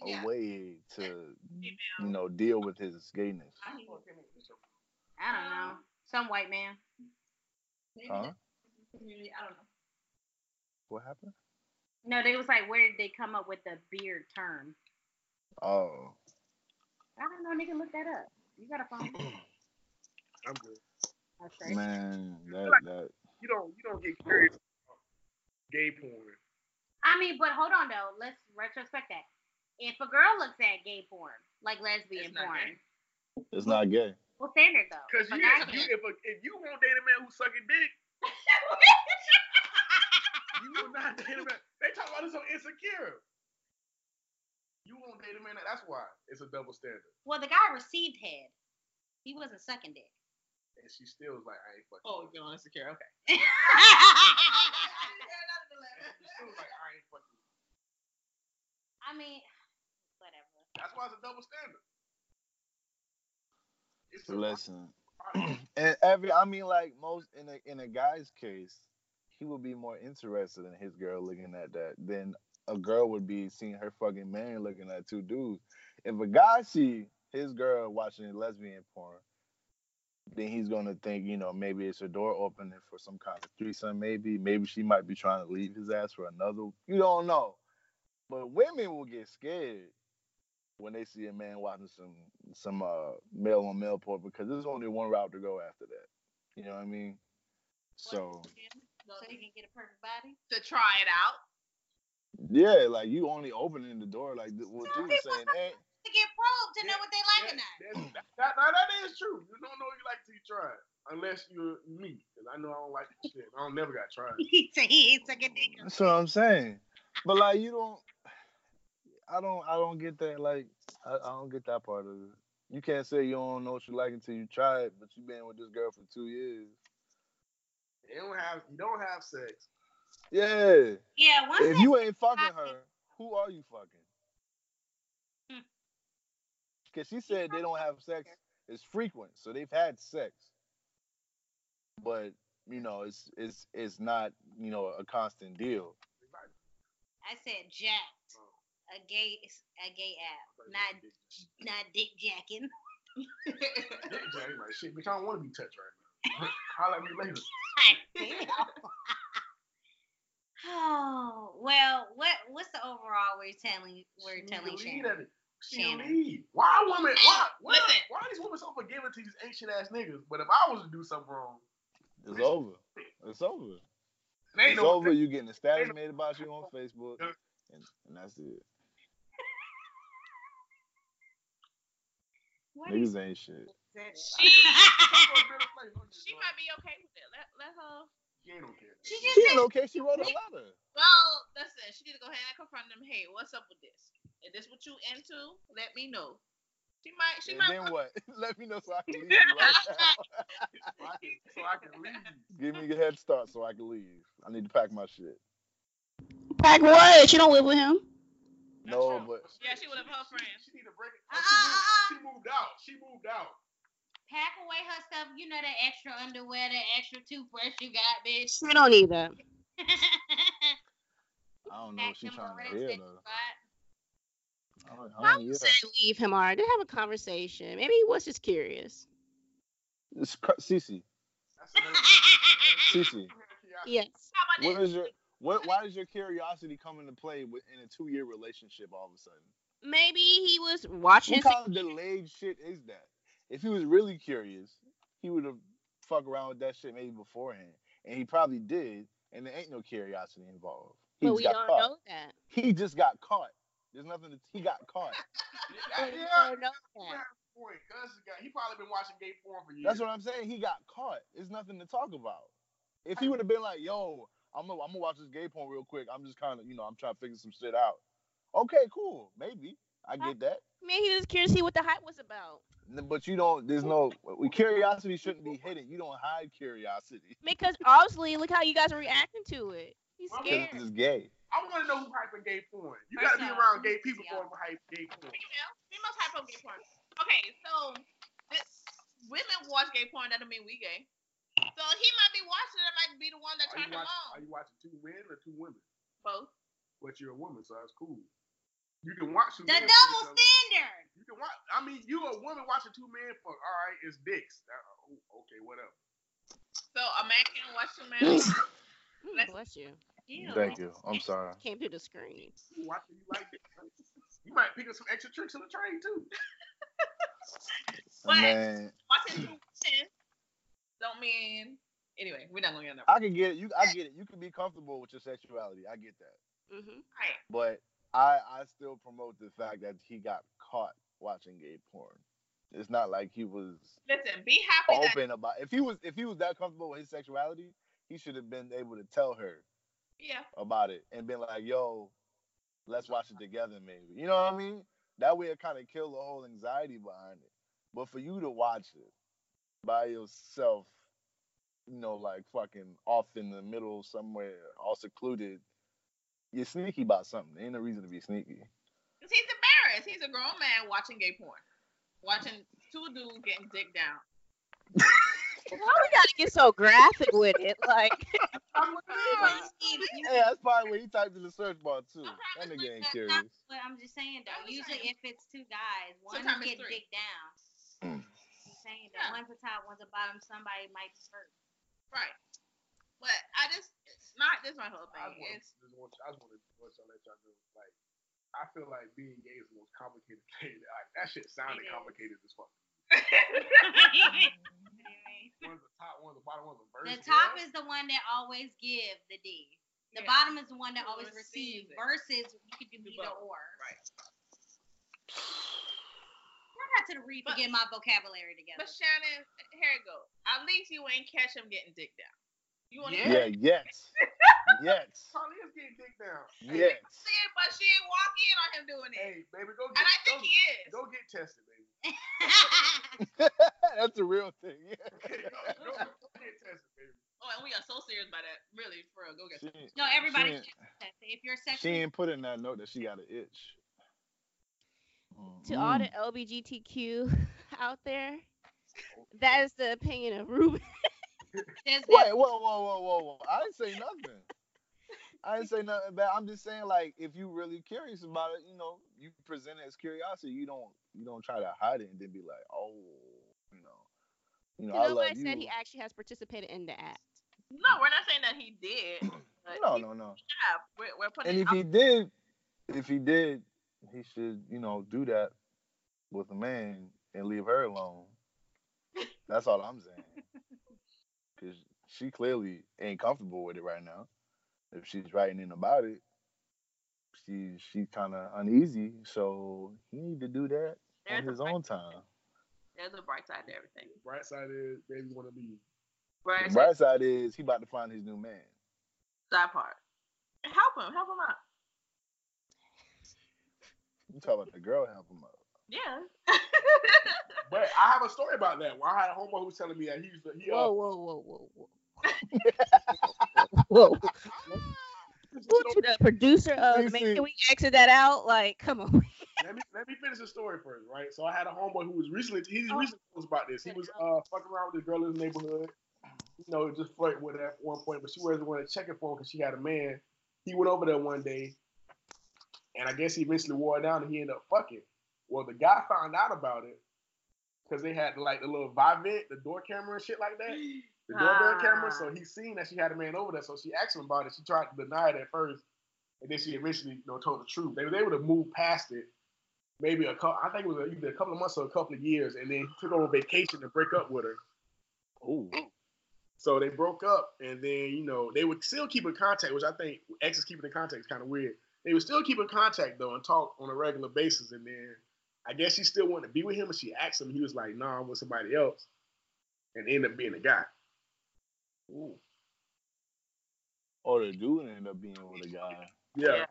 a
Yeah.
way to you know deal with his gayness.
I hear you.
I don't know. Some white man.
Maybe
Huh?
that's the community. I don't know.
What happened?
No, they was like, where did they come up with the beard term?
Oh.
I don't know, nigga. Look that up. You got a phone? *clears throat*
I'm good.
That's right.
Man, that that
You don't you don't get curious about gay porn.
I mean, but hold on though. Let's retrospect that. If a girl looks at gay porn, like lesbian
It's not
porn,
gay.
it's not gay.
well, standard though.
Cause
But
you,
not
if you if a, if you won't date a man who's sucking dick, you will not *laughs* date a man. They talk about this on insecure. You won't date a man. That's why it's a double standard.
*laughs* well, the guy received head. He wasn't sucking dick. *laughs*
And she still was like, I ain't fucking.
Oh, you're on insecure. Okay.
She still was like, I ain't fucking.
I mean, whatever.
That's why it's a double standard. It's a
Listen.
product.
*clears throat* and every I mean like most in a in a guy's case, he would be more interested in his girl looking at that than a girl would be seeing her fucking man looking at two dudes. If a guy see his girl watching lesbian porn, then he's gonna think, you know, maybe it's a door opening for some kind of threesome, maybe. Maybe she might be trying to leave his ass for another. You don't know. But women will get scared when they see a man watching some some uh male on male porn because there's only one route to go after that. You know what I mean? So
So you can get a perfect body.
To try it out.
yeah, like you only opening the door like th- what
Some
you were
people
saying. Ain't,
To get probed to know what they like or
That-
not.
*laughs* that's- that- that- now, that is true. You don't know what you like till you try it. Unless you're me, because I know I don't like this shit. I don't never got tried.
*laughs* he said he ain't sucking dick.
that's what I'm saying. But like you don't, I don't, I don't get that. Like I, I don't get that part of it. You can't say you don't know what you like until you try it, but you been with this girl for two years.
You don't have you don't have sex.
Yeah.
Yeah, once
If
that-
you ain't fucking her, who are you fucking?
Hmm.
Because she said they don't have sex. It's frequent, so they've had sex, but you know it's it's it's not you know a constant deal.
I said jacked, a gay, a gay app, not not dick jacking.
Dick Jack, like shit, bitch. I don't want to be touched right now. *laughs* Holler at me later.
oh *laughs* well, what what's the overall we're telling we're
She
telling
need to lead
Shannon?
at it. She
Shannon.
lead. Why women? Why? Why,
Listen.
why are these women so forgiving to these ancient ass niggas? But if I was to do something wrong,
It's over. It's over.
they ain't
It's
no.
over. You getting a status made about you on Facebook, and, and that's it.
What is
Niggas ain't shit.
*laughs* it?
She she
She
might be okay with it. Let let her.
She ain't okay.
She
She
just said
ain't okay. She wrote a letter.
Well, listen. She need to go ahead and confront them. Hey, what's up with this? If this what you into, let me know. She might. She
And
might.
then what? *laughs* Let me know so I
*laughs*
can leave. You right now.
So I can,
*laughs*
so I can leave.
Give me a head start so I can leave. I need to pack my shit.
Like what? She don't live with him.
No, but
Yeah, she would've her friends. Uh-uh,
She, she need to break it. Oh,
Uh,
she, moved, she moved out. She moved out.
pack away her stuff. You know that extra underwear, that extra toothbrush you got, bitch. *laughs*
She don't need that.
I don't know
Pack
what she's
them
trying to
rings
hear
that you
though.
got.
I don't, I
I
don't,
would
yeah.
say leave him alone. They have a conversation. Maybe he was just curious.
It's cr- Cece.
That's
*laughs*
another
*laughs*
*coughs*
Cece.
Yes.
How about
What
this?
is your what? Why does your curiosity come into play with, in a two-year relationship all of a sudden?
Maybe he was watching.
What kind of delayed shit is that? If he was really curious, he would have fuck around with that shit maybe beforehand, and he probably did. And there ain't no curiosity involved. He
But
just
we
got
don't
caught.
know that.
He just got caught. There's nothing. To, he got caught.
Yeah,
But
yeah.
We don't know that.
yeah. Boy, cuz he got- he probably been watching gay porn for years.
That's what I'm saying. He got caught. It's nothing to talk about. If he would have been like, "Yo, I'm gonna, I'm gonna watch this gay porn real quick. I'm just kind of, you know, I'm trying to figure some shit out." Okay, cool. Maybe I get that.
Maybe he was curious to see what the hype was about.
N- But you don't. There's no. we- Curiosity shouldn't be hidden. You don't hide curiosity
Because obviously, look how you guys are reacting to it. He's
Well,
because
scared.
it's gay.
I want to know who hyping gay porn. You
First
gotta be
off,
around gay people
yeah.
for to hype gay porn.
Female. Females hype up gay porn. Okay, so this, women watch gay porn. That don't mean we gay. So he might be watching. it, That might be the one that
Are you,
turned him
watching, are
on.
you watching two men or two women?
Both.
But you're a woman, so that's cool. You can watch
*laughs*
two
The
men. for
double
each other.
standard.
You can watch. I mean, you a woman watching two men for all right, it's dicks. Uh, Okay, whatever.
So a man can watch a
*laughs*
man.
Mm, Bless you.
Yeah.
Thank you. I'm sorry.
Came through the screen.
Ooh, I think you like it. You might pick up some extra tricks on the train too.
What?
Man,
Watching two women don't mean. Anyway, we're not gonna get on that.
I can get it. You, I get it. You can be comfortable with your sexuality. I get that.
hmm
Right.
But I, I still promote the fact that he got caught watching gay porn. It's not like he was
Listen, be happy that
open about. If he was, if he was that comfortable with his sexuality, he should have been able to tell her
yeah.
about it and been like, "Yo, let's watch it together, maybe." You know what I mean? That way, it kind of killed the whole anxiety behind it. But for you to watch it by yourself, you know, like fucking off in the middle somewhere, all secluded, you're sneaky about something. There ain't no reason to be sneaky.
Cause he's embarrassed. He's a grown man watching gay porn, watching two dudes getting dick
*laughs*
down.
*laughs* Why we gotta get so graphic with it? *laughs* Like,
Yeah, that's probably what he typed in the search bar too. That
Probably
nigga ain't
that's
curious.
not But I'm just
I
saying though,
was
usually
saying-
if it's two guys, one
Sometimes it's
get
three.
dick down.
Mm.
I'm saying
Yeah.
that one's a top, one's a bottom. Somebody might be hurt.
Right. But I just it's not this my whole
I
thing.
just
It's
want I just want to let y'all know, like, I feel like being gay is the most complicated *laughs* thing. Like, that shit sounded
It is.
complicated as fuck.
Anyway.
One's the top, one's the bottom, one's the
The
verse.
top is the one that always give the D.
Yeah.
The bottom is the one that
Who
always
receives
receives.
it.
Versus you could
Do
do either
both.
or.
Right.
Shout out to the read to
But-
get my vocabulary
*laughs*
together.
but
*laughs*
Shannon, here it goes. At least you ain't catch him getting dick down. You wanna
Yeah,
Yeah.
yes, yes,
Probably is getting dick down.
yes. *laughs*
see it, but she ain't walking in on him doing it.
Hey, baby, go get
and I think
go,
he is.
go get tested, baby.
that's a real thing.
go, go, go get tested, baby.
Oh, and we are so serious by that. Really, for real. Go get
She,
no, everybody
She-
should test it. If you're
she
sexually
ain't put in that note that she got an itch.
to all the
Mm.
LBGTQ *laughs* out there, that is the opinion
*laughs*
of Ruben.
there's
Wait, whoa, whoa, whoa, whoa, whoa! I didn't say nothing. I didn't say nothing bad. I'm just saying, like, if you really curious about it, you know, you present it as curiosity. You don't, you don't try to hide it and then be like, oh, you know, you know, I love
Nobody
you.
said he actually has participated in the act.
No, we're not saying that he did. But
no,
he
no, no.
have. We're, we're
And
putting
if
it out.
he did, if he did, he should, you know, do that with a man and leave her alone. That's all I'm saying. Cause she clearly ain't comfortable with it right now. If she's writing in about it, she she's kind of uneasy. So he need to do that
There's
on his
a bright-
own time.
There's a bright side to everything.
Bright side is baby want to leave.
Bright
The
side,
bright side is he about to find his new man.
that part. Help him. Help him out.
You talk about the girl help him out.
Yeah.
But I have a story about that. Where I had a homo who was telling me that he used to, he,
Whoa,
uh,
whoa, whoa, whoa, whoa. whoa. Who to the producer of man, can we exit that out? Like, come on.
let me let me finish the story first, right? So I had a homeboy who was recently he just
Oh.
recently told us about this. He was uh fucking around with this girl in his neighborhood, you know, just flirting with her at one point, but she wasn't going to check it for him because she had a man. He went over there one day, and I guess he eventually wore her down, and he ended up fucking. Well, the guy found out about it because they had like the little Vivint, the door camera and shit like that, the doorbell
Ah.
camera. So he seen that she had a man over there, so she asked him about it. She tried to deny it at first, and then she eventually, you know, told the truth. They they would have moved past it maybe a couple. I think it was either a couple of months or a couple of years, and then he took on vacation to break up with her.
Ooh.
So they broke up, and then you know they would still keep in contact, which I think exes keeping in contact is kind of weird. They would still keep in contact though and talk on a regular basis, and then I guess she still wanted to be with him, and she asked him, he was like, "No, nah, I'm with somebody else," and ended up being a guy. Ooh.
Or the dude ended up being with a guy.
Yeah.
Yeah.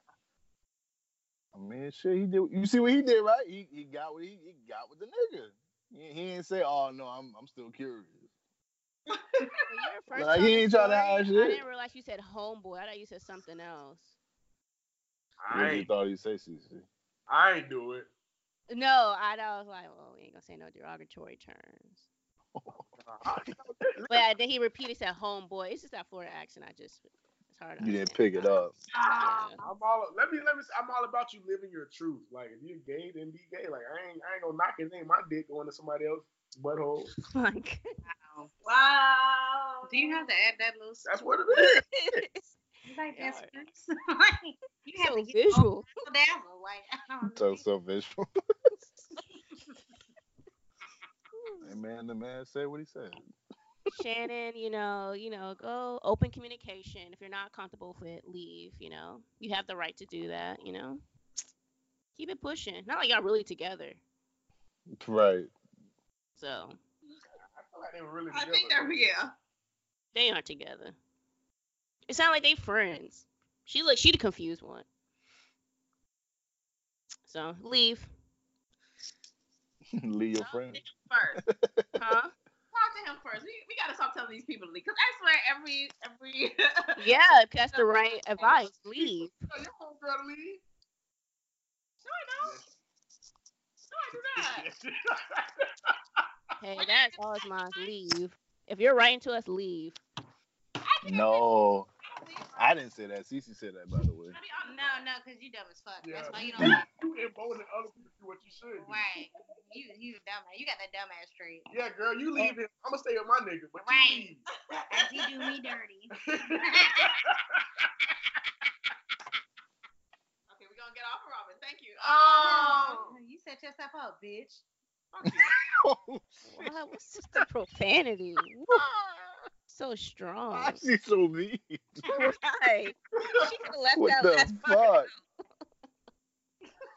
I mean, shit, he did. You see what he did, right? He he got what he, he got with the nigga. He, he ain't say, "Oh no, I'm I'm still curious."
When
*laughs*
you were first
Like, he
telling
ain't
the
tryna
story,
hide
I
shit.
didn't realize you said homeboy. I thought you said something else.
I
What you
ain't,
thought he say, CC?
I ain't do *laughs* it.
No, I, I was like, well, we ain't gonna say no derogatory terms.
I-
But then he repeated said homeboy. It's just that Florida accent. I just. hard. on
You didn't
that.
pick it up.
Uh,
Yeah.
I'm all let me let me. I'm all about you living your truth. Like if you're gay, then be gay. Like I ain't I ain't gonna knock it. Ain't my dick going to somebody else's butthole.
*laughs* Like,
oh,
Wow.
Do you have to add that little?
That's what it *laughs* is.
Like,
Yeah.
*laughs* that's like, you have
so
to get over
visual.
dazzle. Like, *laughs* I don't know.
So so visual. *laughs* Hey man, the man said what he said.
Shannon, you know, you know, go open communication. If you're not comfortable with it, leave. You know, you have the right to do that. You know, keep it pushing. Not like y'all really together.
Right. *laughs*
I
So
feel like they were really
*laughs* I
together.
think that yeah.
they aren't together. It sounds like they friends. She look, she the confused one. So leave,
Leave your friend.
First,
huh?
talk to him first. We, we gotta stop telling these people to leave, cause I swear every every. *laughs*
yeah, if that's the
*laughs*
right advice. Leave.
Your homegirl
*laughs*
leave. No, I don't. No, I do not.
*laughs*
Hey, that's always mine. Leave. If you're writing to us, leave.
No,
I don't leave.
I didn't say that. Cece said that, by the way. *laughs*
I be honest.
oh, No, no, because you dumb as fuck.
Yeah.
That's why you
*laughs* you
don't.
embolden other people to do what you should. do.
right. You, you dumb. You got that dumbass *laughs* trait.
Yeah, girl, you leave him. I'm gonna stay with my nigga, but
Right.
*laughs*
As *laughs*
you
you do me dirty.
Okay, we're gonna get off of Robin. Thank you.
*laughs*
Um,
Oh, you set yourself up, bitch. *laughs*
Oh,
Wow,
*laughs*
what's this the profanity? Woo, so strong.
She's so mean.
Right. She could have left
What
that
the
*laughs* last part.
fuck?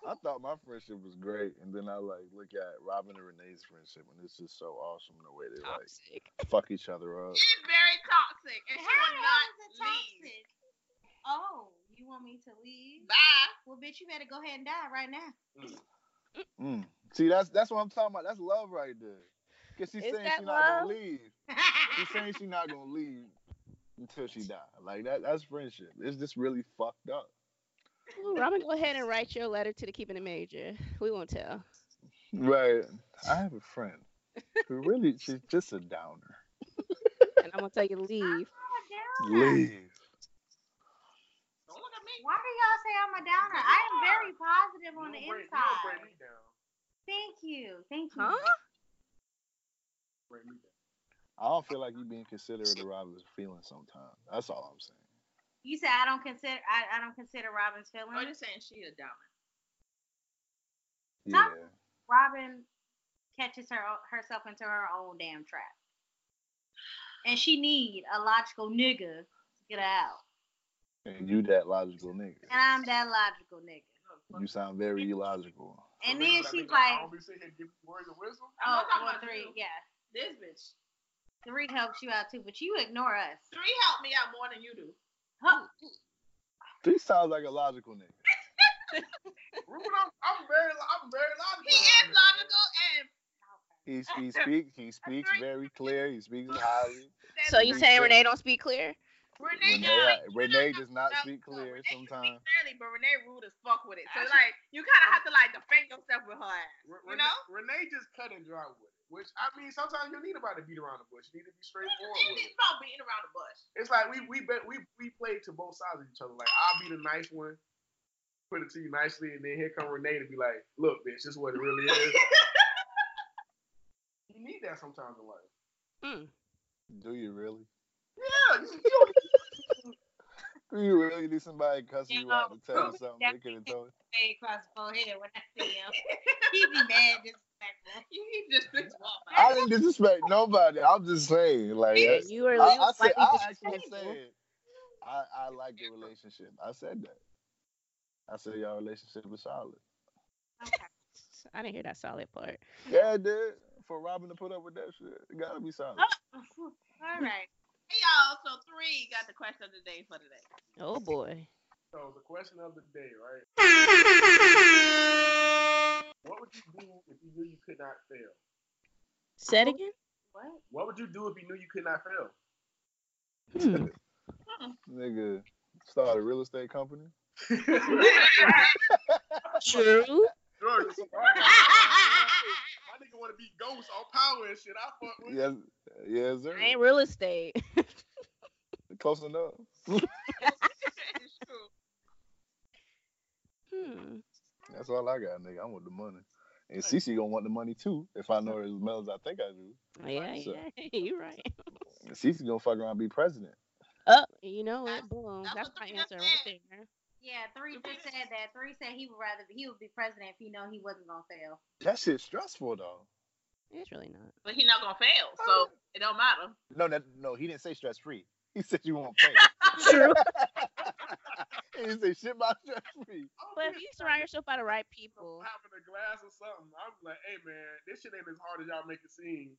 I thought my friendship was great, and then I like look at Robin and Renee's friendship, and it's just so awesome the way they like
Toxic.
fuck each other up.
She's very toxic, and she
How
will not
is it
leave.
toxic? Oh, you want me to leave?
Bye.
Well, bitch, you better go ahead and die right now. *laughs*
Mm. See, that's that's what I'm talking about. That's love right there. Cause she's
Is
saying
that
she's not
love?
gonna leave. She's saying she's not gonna leave until she die. Like that. That's friendship. It's just really fucked up.
Ooh, Robin, go ahead and write your letter to the keeping it major. We won't tell.
Right. I have a friend who really she's just a downer.
And I'm gonna tell you to leave.
I'm a downer.
Leave.
Don't look at me.
Why do y'all say I'm a downer? I am very positive on the
don't break- you don't break
inside.
me down.
Thank you. Thank you.
Huh?
Break me down.
I don't feel like you being considerate of Robin's feelings sometimes. That's all I'm saying.
You said I don't consider I, I don't consider Robin's
Oh, you're
feelings.
saying she a diamond.
Yeah.
Huh? Robin catches her herself into her own damn trap. And she need a logical nigga to get her out.
And you that logical
And
nigga.
I'm that logical nigga.
You sound very illogical.
And
So
then
niggas that
she's
nigga, I
like,
don't be sitting here giving you words of wisdom.
I'm
oh,
not talking
well,
about
three,
you.
yeah.
This bitch.
Three helps you out too, but you ignore us.
Three helped me out more than you do.
Huh.
She sounds like a logical nigga.
Ruben, I'm, I'm very, I'm very logical.
He is logical and
He, he speaks he speaks very clear. He speaks highly.
says
So you
Right.
saying Renee don't speak clear?
Renee,
Renee, uh,
does-
Renee does not
No,
speak
no,
clear
Renee speak
sometimes.
clearly, but Renee rude as fuck with it. So like, you kind of have to like defend yourself with her ass.
Re-
You
Renee,
know?
Renee just cut and dry with it, which I mean, sometimes you need about to beat around the bush. You need to be straightforward.
And
With
it's
it.
about beating around the *laughs* bush.
It's like we we bet we we played to both sides of each other. Like I'll be the nice one, put it to you nicely, and then here come Renee to be like, "Look, bitch, this is what it really *laughs* is." you need that sometimes in life.
Hmm.
Do you really?
Yeah, you, you don't
Do you really need somebody cussing you out to tell you
No.
something they could have told you?
Way across the forehead when I see him. he be mad disrespectful.
You *laughs* he just
*laughs*
flips you off.
I didn't disrespect nobody. I'm just saying, like,
Yeah,
that's-
you are
I,
you
I,
was
said,
slightly
I actually
disrespectful.
said, I, I like the relationship. I said that. I said y'all relationship was solid.
I didn't hear that solid part.
Yeah, it did. For Robin to put up with that shit, it gotta be solid.
All right.
Hey y'all, so three got the question of the day for today. *laughs*
Oh boy.
So the question of the day, right? What would you do if you knew you could not fail?
Said again?
*laughs* What?
What would you do if you knew you could not *laughs* fail?
Hmm.
*laughs* Nigga, start a real estate company.
True.
Jordan, it's all *laughs* right. My nigga want to be ghost on power and shit. I fuck with.
Yes, yes, sir.
*laughs* I ain't real estate.
Close enough.
Hmm.
That's all I got, nigga. I want the money. And Cece gonna want the money too if I know her as well as I think I do.
Yeah,
So-
yeah, *laughs* you're right.
And Cece gonna fuck around and be president.
Up, you know what?
That's-
Boom.
that's
That's
what
my
the man
answer right
said.
there.
Yeah, three just said that. Three said he would rather he would be president if he know he wasn't gonna fail.
That shit's stressful though.
It's really not.
*laughs* But he not gonna fail, so it don't matter.
No, that, no, he didn't say stress free. He said you won't pay.
*laughs* True.
*laughs* he didn't say shit about stress free.
But if you surround yourself by the right people,
Having a glass or something, I'm like, hey man, this shit ain't as hard as y'all make it seem.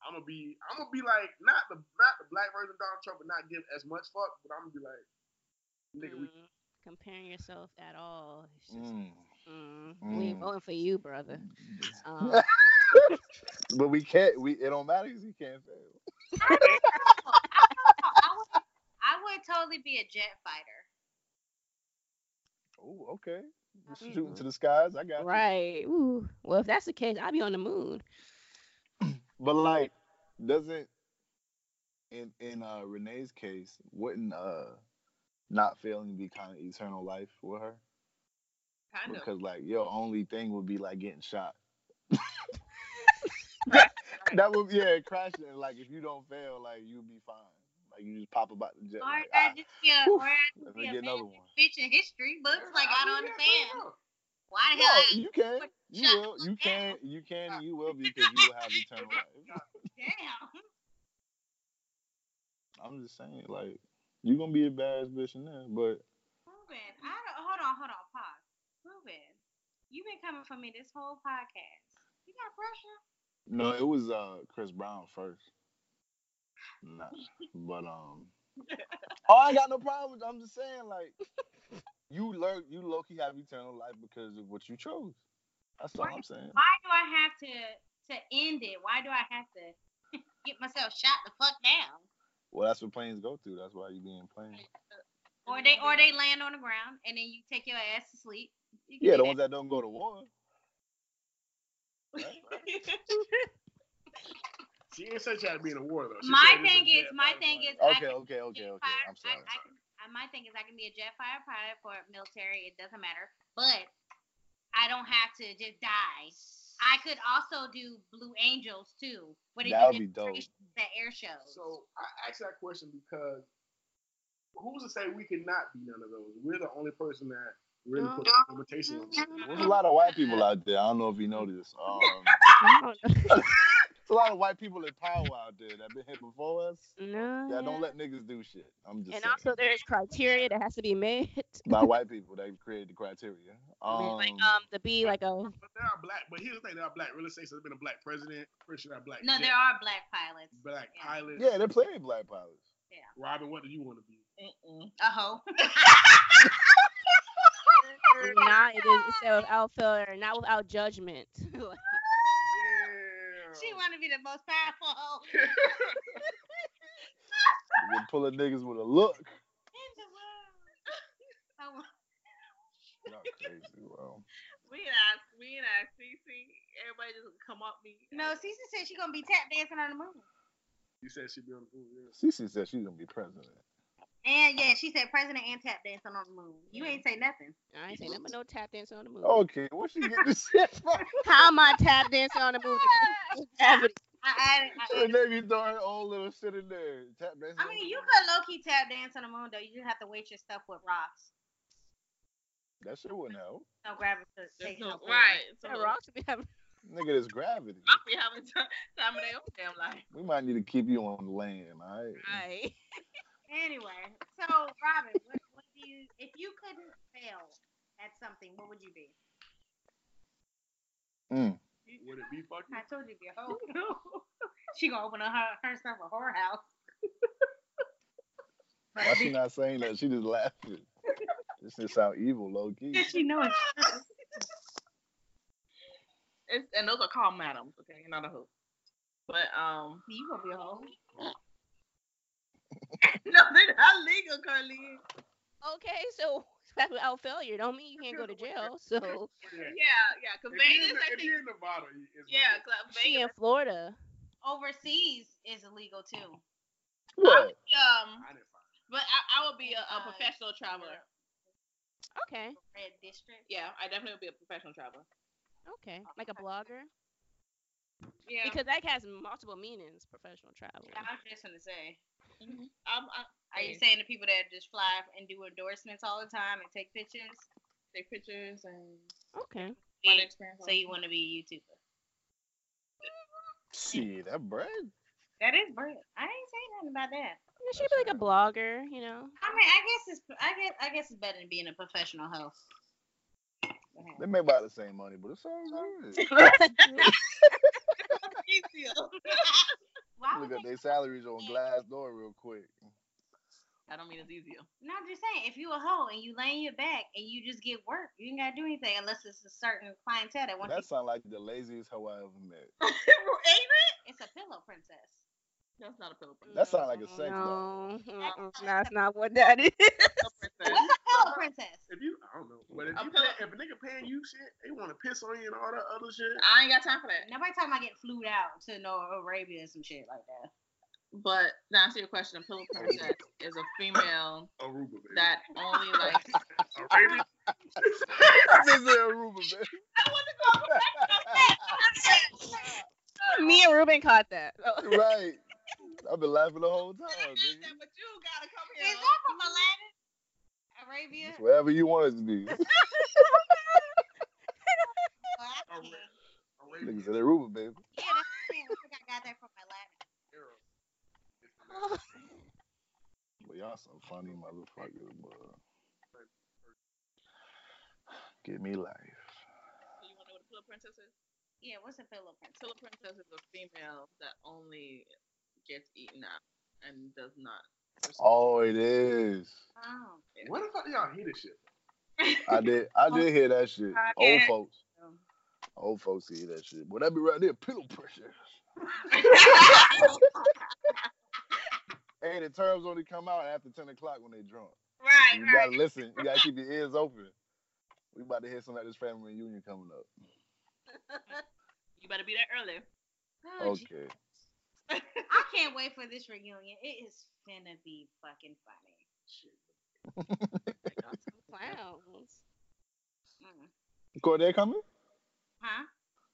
I'm gonna be, I'm gonna be like, not the not the black version of Donald Trump, but not give as much fuck. But I'm gonna be like, nigga, we
mm, comparing yourself at all, it's just,
Mm.
mm, we ain't
Mm.
voting for you, brother.
*laughs*
Um,
But we can't. We it don't matter because we can't fail.
I would, I would totally be a jet fighter.
Oh, okay. We're
Mhm.
Shooting to the skies. I got you.
right. Ooh. Well, if that's the case, I'll be on
*laughs*
the moon.
But like, doesn't in in uh Renee's case, wouldn't uh not failing be kind of eternal life with her?
Kind of.
Because like your only thing would be like getting shot. *laughs* that would yeah, crashing. And, like if you don't fail, like you'll be fine. Like you just pop about the jet.
Or
Like,
I
ah,
just be a,
whew,
or I
let
just
me
be a
get another
bad
one.
bitch in history books. Mm. Like I don't understand why *laughs* the
No,
hell. I ain't-
you can, you
shot
will, you
the fuck
can, you can, and you
*laughs*
will because you will have eternal life.
Damn.
I'm just saying, like, you're gonna be a badass bitch in there, but
Ruben, I don't, hold on, hold on, pause. Ruben, you've been coming for me this whole podcast. You got pressure?
no, it was uh Chris Brown first. Nah, but
*laughs*
um, oh, I got no problem. with I'm just saying, like, you learn, you low key have eternal life because of what you chose. That's all I'm saying.
Why do I have to to end it? Why do I have to *laughs* get myself shot the fuck down?
Well, that's what planes go through. That's why you being planes.
Or they or they land on the ground and then you take your ass to sleep. You can do
Yeah, the
that.
ones that don't go to war.
She ain't said she had to be in a war though. She
My
said it's a
thing is,
jet
my
fighter.
thing is, *laughs* I
Okay,
can
okay,
be
okay,
a
okay.
fire-
I'm
I,
sorry.
I can, I- my thing is, I can be a jet fire pilot for military. It doesn't matter, but I don't have to just die. I could also do Blue Angels too. What
That would be dope.
That air show.
So I asked that question because who's to say we could not be none of those? We're the only person that really put
Mm-hmm.
a limitation on. it.
There's a lot of
*laughs*
white people out there. I don't know if you know this. Um,
I don't know.
there's a lot of white people in power out there that been here before us.
No.
Yeah, don't let niggas do shit. I'm just
And
saying.
also, there's criteria that has to be met. *laughs*
*laughs*
by white people they created the criteria. Um,
like um, to be like a
But there are black. But here's the thing: there are black real estate. So there's been a black president. Pretty sure there are black.
No,
jet-
there are black pilots.
black
yeah.
pilots.
yeah, they're playing black pilots.
Robin, what do you want to be?
Mm-mm.
A
*laughs*
hoe.
not it is instead of without failure, not without judgment. *laughs* Like,
she want to be the most powerful *laughs* hoe
They pull a niggas with a look.
in the world. *laughs* Oh,
Y'all crazy, bro.
We and I, we and I, CC, everybody just come up me.
no, Cece said she gonna be tap dancing on the moon.
You said she'd be on the pool. Yeah.
Cece said she's gonna be president.
And yeah, she said president and tap dancing on the moon. You ain't say *laughs* nothing.
I ain't saying nothing but no tap dancing on the movie.
Okay, where she get this *laughs* shit
*laughs*
from?
How am I tap dancing on the *laughs* movie? Gravity.
I, I, I,
The nigga throwing her own little shit in there. Tap dancing
I
on
mean,
the
you
phone.
could low key tap dance on the moon though. You just have to weight your stuff with rocks.
That shit wouldn't help.
No gravity.
There's
takes
no,
no force.
right. So
Yeah,
*laughs*
Rock should be having.
Nigga, there's gravity.
Rock be having t- time of their own damn life.
We might need to keep you on land, all right?
Right.
Anyway, so Robin, what, what do you? If you couldn't fail at something, what would you be?
Would it be fucking?
I told you to be a hoe. *laughs* she gonna open up her, herself a whorehouse.
Why she not saying that? She
*laughs*
just laughing. this shit sound evil, low key.
she knows.
It's, and those are called madams, okay, not a hoe. But um, *laughs*
You gonna be a hoe?
no, they're not legal, Carleen.
Okay, so *laughs* that's without failure. Don't mean you can't go to jail. So
Yeah.
Yeah, yeah, because
If
Vegas,
you're in the-
I
If
think.
you're in Nevada, you- it's
Yeah, 'cause
she in
Vegas.
Florida.
Overseas is illegal too.
What?
Um,
I didn't find
but I, I would be a, a professional traveler.
Okay.
Red district.
Yeah, I definitely would be a professional traveler.
Okay. Like a blogger.
Yeah,
Because that has multiple meanings, professional traveler.
I was just gonna say.
Mhm.
I'm, I, are you
Yeah.
saying the people that just fly and do endorsements all the time and take pictures?
take pictures and
Okay.
fun
Yeah,
experience.
So you want to be a YouTuber?
See that bread?
That is bread. I ain't saying nothing about that.
Yeah, she'd be like a blogger, you know.
I mean, I guess it's I guess I guess it's better than being a professional hoe.
They make about the same money, but it's all good.
Why would
Look
they?
at their salaries on Glassdoor real quick.
I don't mean it's easier.
No, I'm just saying, if you a hoe and you laying your back and you just get work, you ain't gotta do anything unless it's a certain clientele that wants
That
you.
sounds like the laziest hoe I ever met.
*laughs* It's a pillow princess.
That's not a pillow princess.
That sound like a sex
Mm, no, mm-mm, That's not what that *laughs* is.
What's a pillow princess?
If you, I don't know, but if,
I'm
you,
telling-
pay- if a nigga paying you shit, they want to piss on you and all that other shit.
I ain't got time for that.
Nobody talking about getting flued out to North Arabia and some shit like that.
But to answer your question, a pillow
*laughs*
princess is a female
Aruba, baby.
that
*laughs*
only likes.
Arabia.
This is Aruba, *laughs* baby.
*laughs*
Oh,
Me and Ruben caught that. Oh,
right. I've been laughing the whole time. nigga.
but you gotta come
Is that from Aladdin? Arabia?
It's wherever you want it to be. *laughs*
Well, I can't.
Arabia. Arabia.
Niggas said Aruba, baby.
Yeah, that's the thing. I think I got that from Aladdin.
Arab.
But y'all so funny, motherfucker. But... Give me life.
You wanna know what a pillow princess is?
Yeah, what's a pillow princess?
Pillow princess is a female that only gets eaten out and does not.
Oh, it is.
Oh.
Where the fuck y'all hear this shit?
I did. I did hear that shit. Old folks.
Um,
Old folks hear that shit. But that be right there, pillow pressure. And the terms only come out after ten o'clock when they drunk.
Right,
You
right.
gotta listen. You gotta keep your ears open. We about to hear something like this family reunion coming up.
You better be there early.
oh, gee.
Okay.
I can't wait for this reunion. It is gonna be fucking funny.
*laughs* Clowns.
Mm.
Corday coming?
Huh?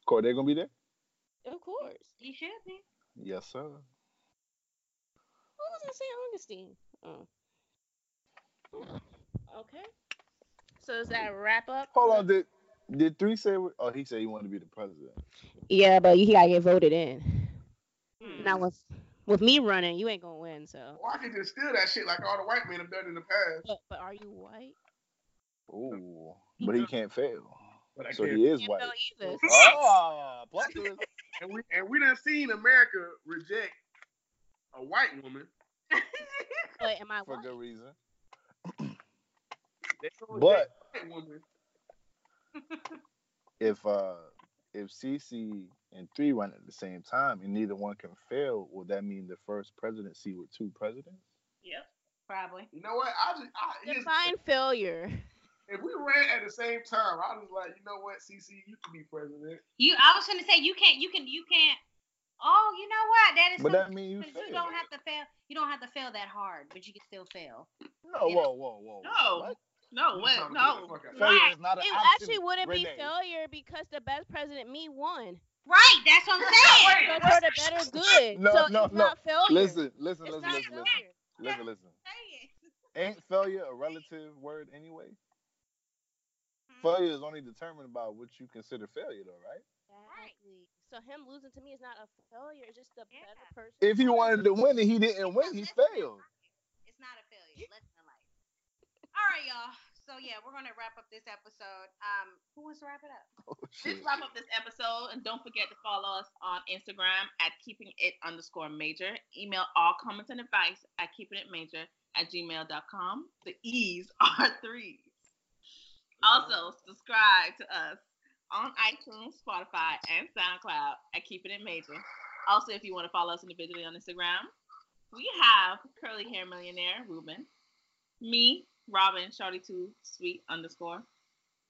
Corday gonna be there?
Of course.
You should be.
Yes, sir.
What was I saying, Mm. Augustine? Oh. Okay. So is that a wrap up?
Hold on. Did did three say? what- Oh, he said he wanted to be the president.
Yeah, but you gotta get voted in. Now with with me running, you ain't gonna win. So,
Well, I can just steal that shit like all the white men have done in the past.
but, but are you white?
Ooh. But he can't fail.
But I
So
can't.
he is
You
white.
know either.
Oh, plot twist.
And we and we done seen America reject a white woman.
But am I
for
white?
good reason.
They don't
But
reject a white woman.
if uh if CC and three run at the same time and neither one can fail, will that mean the first presidency with two presidents?
Probably.
You know what? I just I, here's the
Define failure.
thing. if we ran at the same time, I was like, you know what, CC, you can be president.
You. I was gonna say you can't. You can. You can't. Oh, you know what? That is.
But
so-
that mean you
but you
fail.
don't have to fail. You don't have to fail that hard, but you can still fail.
No,
you
whoa, whoa, whoa.
No.
What?
No,
You
what?
trying to get the
No.
fuck out of
Failure
Right.
is not an
It
option,
actually wouldn't be
Renee.
failure because the best president, me, *laughs* won.
Right. That's what I'm saying.
But for the better good.
*laughs* No,
so
no,
it's
no.
not failure.
Listen, listen,
it's
listen,
not
listen,
failure.
listen, listen, listen. Ain't failure a relative word anyway?
Mm-hmm.
Failure is only determined by what you consider failure, though, right?
Exactly. So him losing to me is not a failure. It's just a
Yeah.
better person.
If he wanted to win and he didn't win, he failed.
It's not a failure. Let's life. All right, y'all. So yeah, we're gonna wrap up this episode. Um, who wants to wrap it up?
Oh, shit.
Let's wrap up this episode and don't forget to follow us on Instagram at keeping it underscore major. Email all comments and advice at keeping it major at gmail.com. The E's *laughs* are three. Also, subscribe to us on iTunes, Spotify, and SoundCloud at Keeping It Major. Also, if you want to follow us individually on Instagram, we have curly hair millionaire Ruben, me, Robin, Shawty Two Sweet underscore.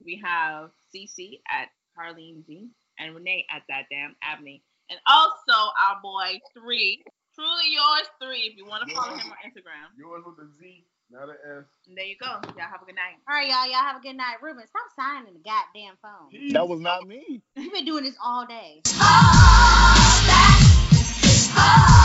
We have Cece at Carlene G and Renee at that damn Abney, and also our boy Three Truly yours three. If you want to follow him on Instagram,
Yours with a Z, not an S.
and there you go. Y'all have a good night.
All right, y'all. Y'all have a good night. Ruben, stop signing the goddamn phone.
He-
That was not me.
You've been doing this all day.
All that is all